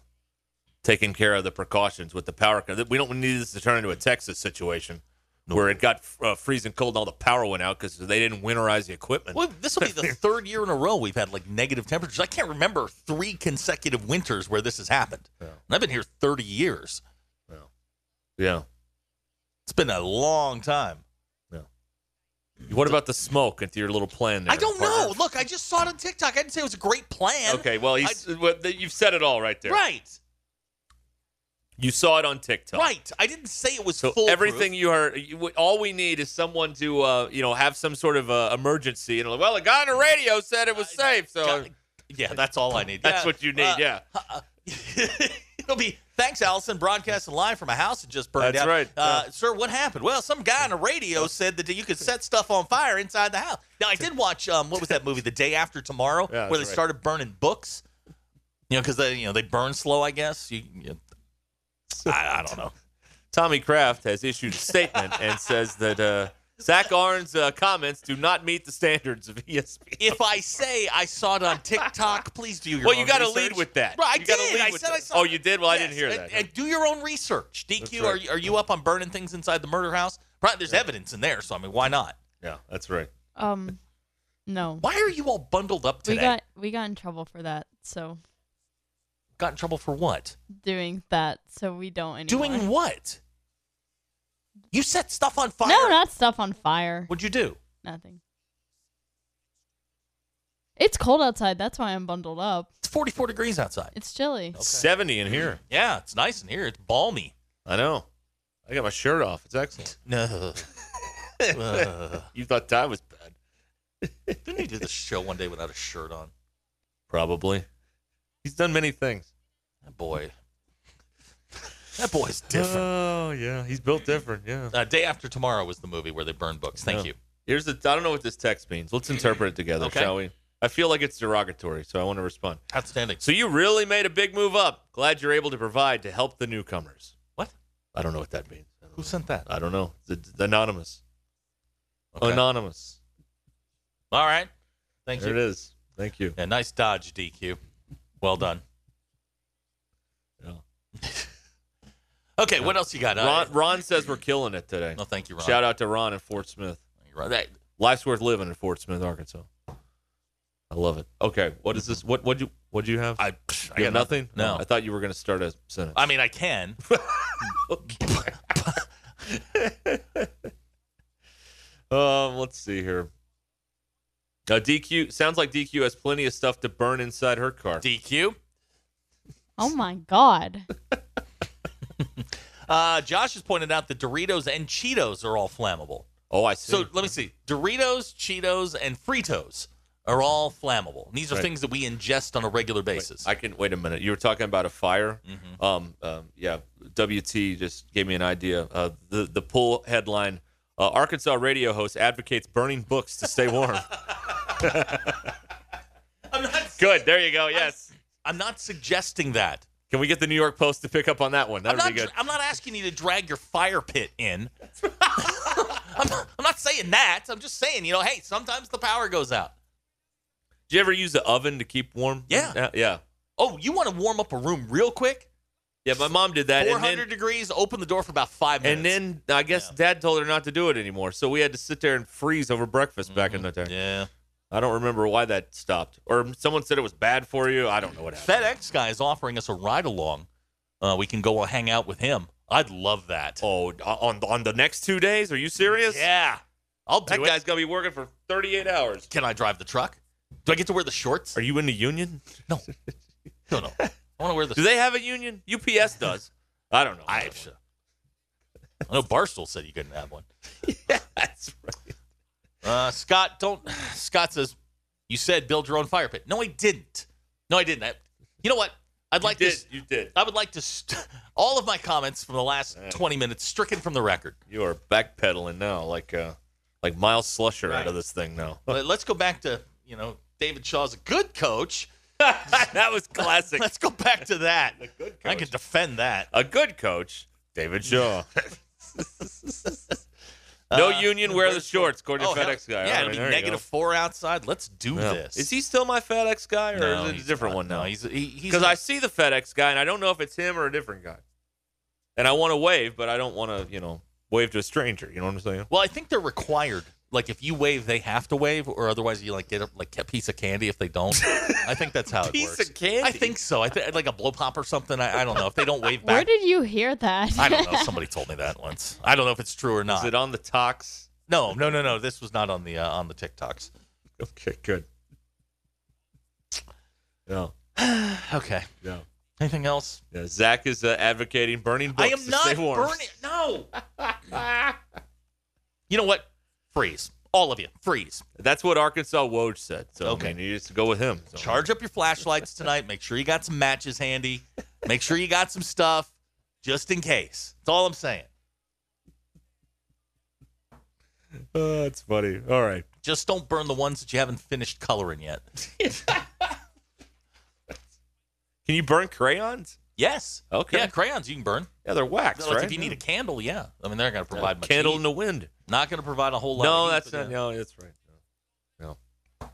Speaker 1: taking care of the precautions with the power. co- We don't need this to turn into a Texas situation where it got uh, freezing cold and all the power went out because they didn't winterize the equipment.
Speaker 2: Well, this will be (laughs) the third year in a row we've had like negative temperatures. I can't remember three consecutive winters where this has happened. And I've been here 30 years.
Speaker 1: Yeah.
Speaker 2: It's been a long time.
Speaker 1: What about the smoke into your little plan? There,
Speaker 2: I don't know.
Speaker 1: partner?
Speaker 2: Look, I just saw it on TikTok. I didn't say it was a great plan.
Speaker 1: Okay. Well, he's, well, th- you've said it all right there.
Speaker 2: Right.
Speaker 1: You saw it on TikTok.
Speaker 2: Right. I didn't say it was
Speaker 1: So
Speaker 2: full.
Speaker 1: everything you heard, you, all we need is someone to, uh, you know, have some sort of uh, emergency. And well, the guy on the radio said it was safe, so
Speaker 2: Yeah, that's all I need.
Speaker 1: that's
Speaker 2: Yeah.
Speaker 1: what you need.
Speaker 2: Uh,
Speaker 1: yeah.
Speaker 2: (laughs) It'll be thanks, Allison, broadcasting live from a house that just burned
Speaker 1: That's
Speaker 2: out.
Speaker 1: right.
Speaker 2: uh, sir. What happened? Well, some guy on the radio said that you could set stuff on fire inside the house. Now, I did watch um, what was that movie, The Day After Tomorrow,
Speaker 1: Yeah, that's
Speaker 2: where they
Speaker 1: right.
Speaker 2: started burning books. You know, because they you know they burn slow. I guess you. you I, I don't know.
Speaker 1: Tommy Kraft has issued a statement (laughs) and says that uh, Zach Arn's uh, comments do not meet the standards of E ESPN.
Speaker 2: If I say I saw it on
Speaker 1: (laughs)
Speaker 2: TikTok, please do your
Speaker 1: well,
Speaker 2: own
Speaker 1: you got to
Speaker 2: research.
Speaker 1: lead with that.
Speaker 2: Right, I
Speaker 1: You gotta
Speaker 2: did.
Speaker 1: lead
Speaker 2: I
Speaker 1: with
Speaker 2: said
Speaker 1: that.
Speaker 2: I saw.
Speaker 1: Oh, you did. Well, I
Speaker 2: Yes,
Speaker 1: didn't hear
Speaker 2: and-
Speaker 1: that.
Speaker 2: and do your own research. DQ,
Speaker 1: That's right.
Speaker 2: are, you- are you up on burning things inside the murder house? Right, there's evidence in there, so I mean, why not?
Speaker 1: yeah, that's right.
Speaker 4: Um, no.
Speaker 2: Why are you all bundled up
Speaker 4: We
Speaker 2: today?
Speaker 4: got we got in trouble for that. So
Speaker 2: Got in trouble for what?
Speaker 4: doing that, so we don't anymore.
Speaker 2: Doing what? You set stuff on fire.
Speaker 4: No, not stuff on fire.
Speaker 2: What'd you do?
Speaker 4: Nothing. It's cold outside. That's why I'm bundled up.
Speaker 2: It's 44 degrees outside.
Speaker 4: It's chilly.
Speaker 1: It's 70 in here.
Speaker 2: Yeah, it's nice in here. It's balmy. (laughs)
Speaker 1: I know. I got my shirt off. It's excellent.
Speaker 2: No. Ugh.
Speaker 1: You thought time was bad.
Speaker 2: Didn't he do the show one day without a shirt on?
Speaker 1: Probably. He's done many things.
Speaker 2: That boy. That boy's different.
Speaker 1: Oh, yeah. He's built different. Yeah.
Speaker 2: Uh, day after tomorrow was the movie where they burn books. Thank
Speaker 1: Yeah.
Speaker 2: you.
Speaker 1: Here's the I don't know what this text means. Let's interpret it together,
Speaker 2: Okay.
Speaker 1: shall we? I feel like it's derogatory, so I want to respond.
Speaker 2: Outstanding.
Speaker 1: So you really made a big move up. Glad you're able to provide to help the newcomers.
Speaker 2: What? Uh,
Speaker 1: I don't know what that means. I don't
Speaker 2: Who
Speaker 1: know.
Speaker 2: sent that?
Speaker 1: I don't know. The, the anonymous.
Speaker 2: Okay.
Speaker 1: Anonymous.
Speaker 2: All right. Thank
Speaker 1: There
Speaker 2: you.
Speaker 1: it is. Thank you.
Speaker 2: Yeah, nice dodge, DQ. Well done. (laughs)
Speaker 1: Yeah.
Speaker 2: okay, what else you got? Uh,
Speaker 1: Ron, Ron says we're killing it today.
Speaker 2: no, thank you, Ron.
Speaker 1: Shout out to Ron in Fort Smith.
Speaker 2: Thank you, Ron. That-
Speaker 1: Life's worth living in Fort Smith, Arkansas. I love it. Okay, what is this? What what you what do you have?
Speaker 2: I, psh, I
Speaker 1: You
Speaker 2: got
Speaker 1: have nothing.
Speaker 2: No.
Speaker 1: I thought you were going to start a sentence.
Speaker 2: I mean,
Speaker 1: (laughs)
Speaker 2: I can.
Speaker 1: Um, let's see here. Uh, DQ sounds like DQ has plenty of stuff to burn inside her car.
Speaker 2: DQ.
Speaker 4: Oh my
Speaker 2: (laughs)
Speaker 4: god.
Speaker 2: Uh, Josh has pointed out that Doritos and Cheetos are all flammable.
Speaker 1: oh, I see.
Speaker 2: So let me see. Doritos, Cheetos, and Fritos are all flammable. These are
Speaker 1: Right.
Speaker 2: things that we ingest on a regular basis.
Speaker 1: I can wait a minute. You were talking about a fire. Um, um, yeah, WT just gave me an idea. Uh, the the pull headline: uh, Arkansas radio host advocates burning books to stay warm.
Speaker 2: I'm, not,
Speaker 1: (laughs) good. There you go. Yes.
Speaker 2: I'm not suggesting that.
Speaker 1: Can we get the New York Post to pick up on that one? That
Speaker 2: I'm
Speaker 1: would
Speaker 2: not,
Speaker 1: be good.
Speaker 2: I'm not asking you to drag your fire pit in. (laughs) I'm, not, I'm not saying that. I'm just saying, you know, hey, sometimes the power goes out.
Speaker 1: Do you ever use the oven to keep warm?
Speaker 2: Yeah.
Speaker 1: Uh, yeah.
Speaker 2: Oh, you want to warm up a room real quick?
Speaker 1: Yeah. My mom did that, and
Speaker 2: 400
Speaker 1: then
Speaker 2: degrees, open the door for about five minutes.
Speaker 1: And then I guess dad told her not to do it anymore. So we had to sit there and freeze over breakfast back in the day.
Speaker 2: Mm-hmm. yeah.
Speaker 1: I don't remember why that stopped. Or someone said it was bad for you. I don't know what happened.
Speaker 2: FedEx guy is offering us a ride along. Uh, we can go hang out with him. I'd love that.
Speaker 1: Oh, on on the next two days? Are you serious?
Speaker 2: yeah. I'll do
Speaker 1: That
Speaker 2: it.
Speaker 1: guy's gonna be working for 38 hours.
Speaker 2: can I drive the truck? Do I get to wear the shorts?
Speaker 1: Are you in the union?
Speaker 2: No, no. I want to wear
Speaker 1: (laughs)
Speaker 2: the.
Speaker 1: Do they have a union? UPS does. I don't know.
Speaker 2: I, (laughs) I know Barstool said you couldn't have one.
Speaker 1: That's right.
Speaker 2: Uh, Scott, don't. (sighs) Scott says, "You said build your own fire pit." No, I didn't. No, I didn't. I, you know what? I'd like
Speaker 1: you did.
Speaker 2: this.
Speaker 1: You did.
Speaker 2: I would like to. St- (laughs) all of my comments from the last twenty minutes stricken from the record.
Speaker 1: You are backpedaling now, like uh, like Miles Slusher out of this thing now. (laughs)
Speaker 2: But let's go back to you know David Shaw's a good coach.
Speaker 1: that was classic.
Speaker 2: Let's go back to
Speaker 1: (laughs)
Speaker 2: that.
Speaker 1: good
Speaker 2: I could defend that.
Speaker 1: a good coach, David
Speaker 2: (laughs)
Speaker 1: Shaw. no union, wear the shorts, according
Speaker 2: Uh, Oh,
Speaker 1: to
Speaker 2: hell-
Speaker 1: FedEx guy.
Speaker 2: Yeah,
Speaker 1: All
Speaker 2: it'll
Speaker 1: right,
Speaker 2: be
Speaker 1: there you
Speaker 2: negative four outside. Let's do
Speaker 1: go. Yeah.
Speaker 2: this.
Speaker 1: Is he still my FedEx guy, or
Speaker 2: No,
Speaker 1: is it
Speaker 2: he's
Speaker 1: a different
Speaker 2: not.
Speaker 1: one now?
Speaker 2: No, he's he, he's
Speaker 1: Because I see the FedEx guy, and I don't know if it's him or a different guy. And I want to wave, but I don't want to, you know, wave to a stranger. You know what I'm saying?
Speaker 2: Well, I think they're required. Like if you wave, they have to wave, or otherwise you like get a, like a piece of candy if they don't. I think that's how it
Speaker 1: Piece
Speaker 2: works.
Speaker 1: of candy?
Speaker 2: I think so. I think like a blow pop or something. I, I don't know if they don't wave
Speaker 4: Where
Speaker 2: back.
Speaker 4: did you hear that?
Speaker 2: I don't
Speaker 4: (laughs)
Speaker 2: know. Somebody told me that once. I don't know if it's true or
Speaker 1: Is
Speaker 2: not.
Speaker 1: it on the tox?
Speaker 2: no, no, no, no. This was not on the uh, on the TikToks.
Speaker 1: Okay, good. Yeah,
Speaker 2: Okay.
Speaker 1: yeah,
Speaker 2: Anything else?
Speaker 1: yeah. Zach is uh, advocating burning books
Speaker 2: I am
Speaker 1: to
Speaker 2: not
Speaker 1: stay warm.
Speaker 2: burning. No. (laughs) you know what? Freeze, all of you. Freeze.
Speaker 1: That's what Arkansas Woj said. So okay,
Speaker 2: Okay.
Speaker 1: I mean, you just go with him. So.
Speaker 2: Charge up your flashlights tonight. Make sure you got some matches handy. Make sure you got some stuff just in case. That's all I'm saying.
Speaker 1: Uh, that's funny. All right.
Speaker 2: Just don't burn the ones that you haven't finished coloring yet.
Speaker 1: Can you burn crayons?
Speaker 2: Yes.
Speaker 1: Okay.
Speaker 2: Yeah, crayons you can burn.
Speaker 1: Yeah, they're wax,
Speaker 2: like
Speaker 1: right?
Speaker 2: if you need a candle, yeah. I mean, they're not going to provide much.
Speaker 1: candle in
Speaker 2: heat.
Speaker 1: the wind.
Speaker 2: Not going to provide a whole lot.
Speaker 1: No,
Speaker 2: of heat,
Speaker 1: that's
Speaker 2: but,
Speaker 1: not.
Speaker 2: yeah.
Speaker 1: No, that's right. No. no.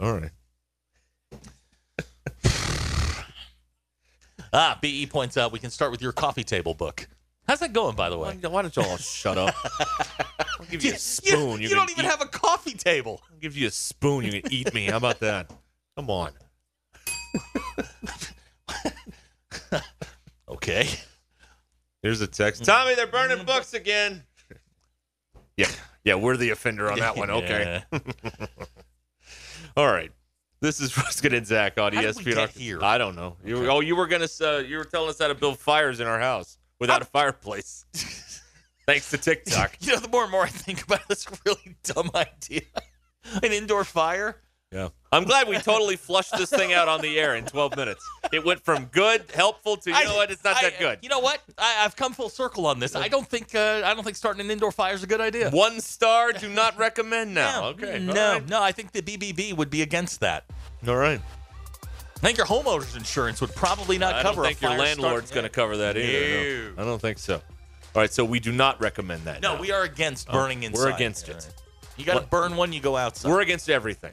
Speaker 1: All right.
Speaker 2: Ah, BE points out we can start with your coffee table book. How's that going, by the
Speaker 1: Why,
Speaker 2: way?
Speaker 1: why don't y'all all shut up? I'll give you a spoon.
Speaker 2: You,
Speaker 1: can
Speaker 2: don't even
Speaker 1: eat-
Speaker 2: have a coffee table.
Speaker 1: I'll give you a spoon. You can eat me. How about that? Come
Speaker 2: (laughs)
Speaker 1: on.
Speaker 2: Okay.
Speaker 1: Here's a text. Tommy, they're burning books again. Yeah. Yeah, we're the offender on
Speaker 2: (laughs)
Speaker 1: that one. Okay. All right. This is Ruskin and Zach on E
Speaker 2: How did we
Speaker 1: ESPN.
Speaker 2: get here?
Speaker 1: I don't know. You were, oh, you were gonna. s- Uh, you were telling us how to build fires in our house without a
Speaker 2: (laughs)
Speaker 1: fireplace. Thanks to TikTok.
Speaker 2: You know, the more and more I think about it, it's a really (laughs) dumb idea. An indoor fire.
Speaker 1: Yeah. I'm glad we totally flushed this thing out on the air in 12 minutes. It went from good, helpful to you know what? It's not
Speaker 2: I-
Speaker 1: that good.
Speaker 2: You know what? I, I've come full circle on this. I don't think uh, I don't think starting an indoor fire is a good idea.
Speaker 1: One star, do not recommend now. okay.
Speaker 2: No,
Speaker 1: All right.
Speaker 2: no. I think the BBB would be against that.
Speaker 1: All right.
Speaker 2: I think your homeowner's insurance would probably not
Speaker 1: I
Speaker 2: cover.
Speaker 1: don't think
Speaker 2: a
Speaker 1: your landlord's going to cover that either.
Speaker 2: No.
Speaker 1: No. I don't think so. All right, so we do not recommend that.
Speaker 2: No,
Speaker 1: now.
Speaker 2: we are against
Speaker 1: Oh,
Speaker 2: burning inside.
Speaker 1: We're against it.
Speaker 2: You got to
Speaker 1: What-
Speaker 2: burn one, you go outside.
Speaker 1: We're against everything.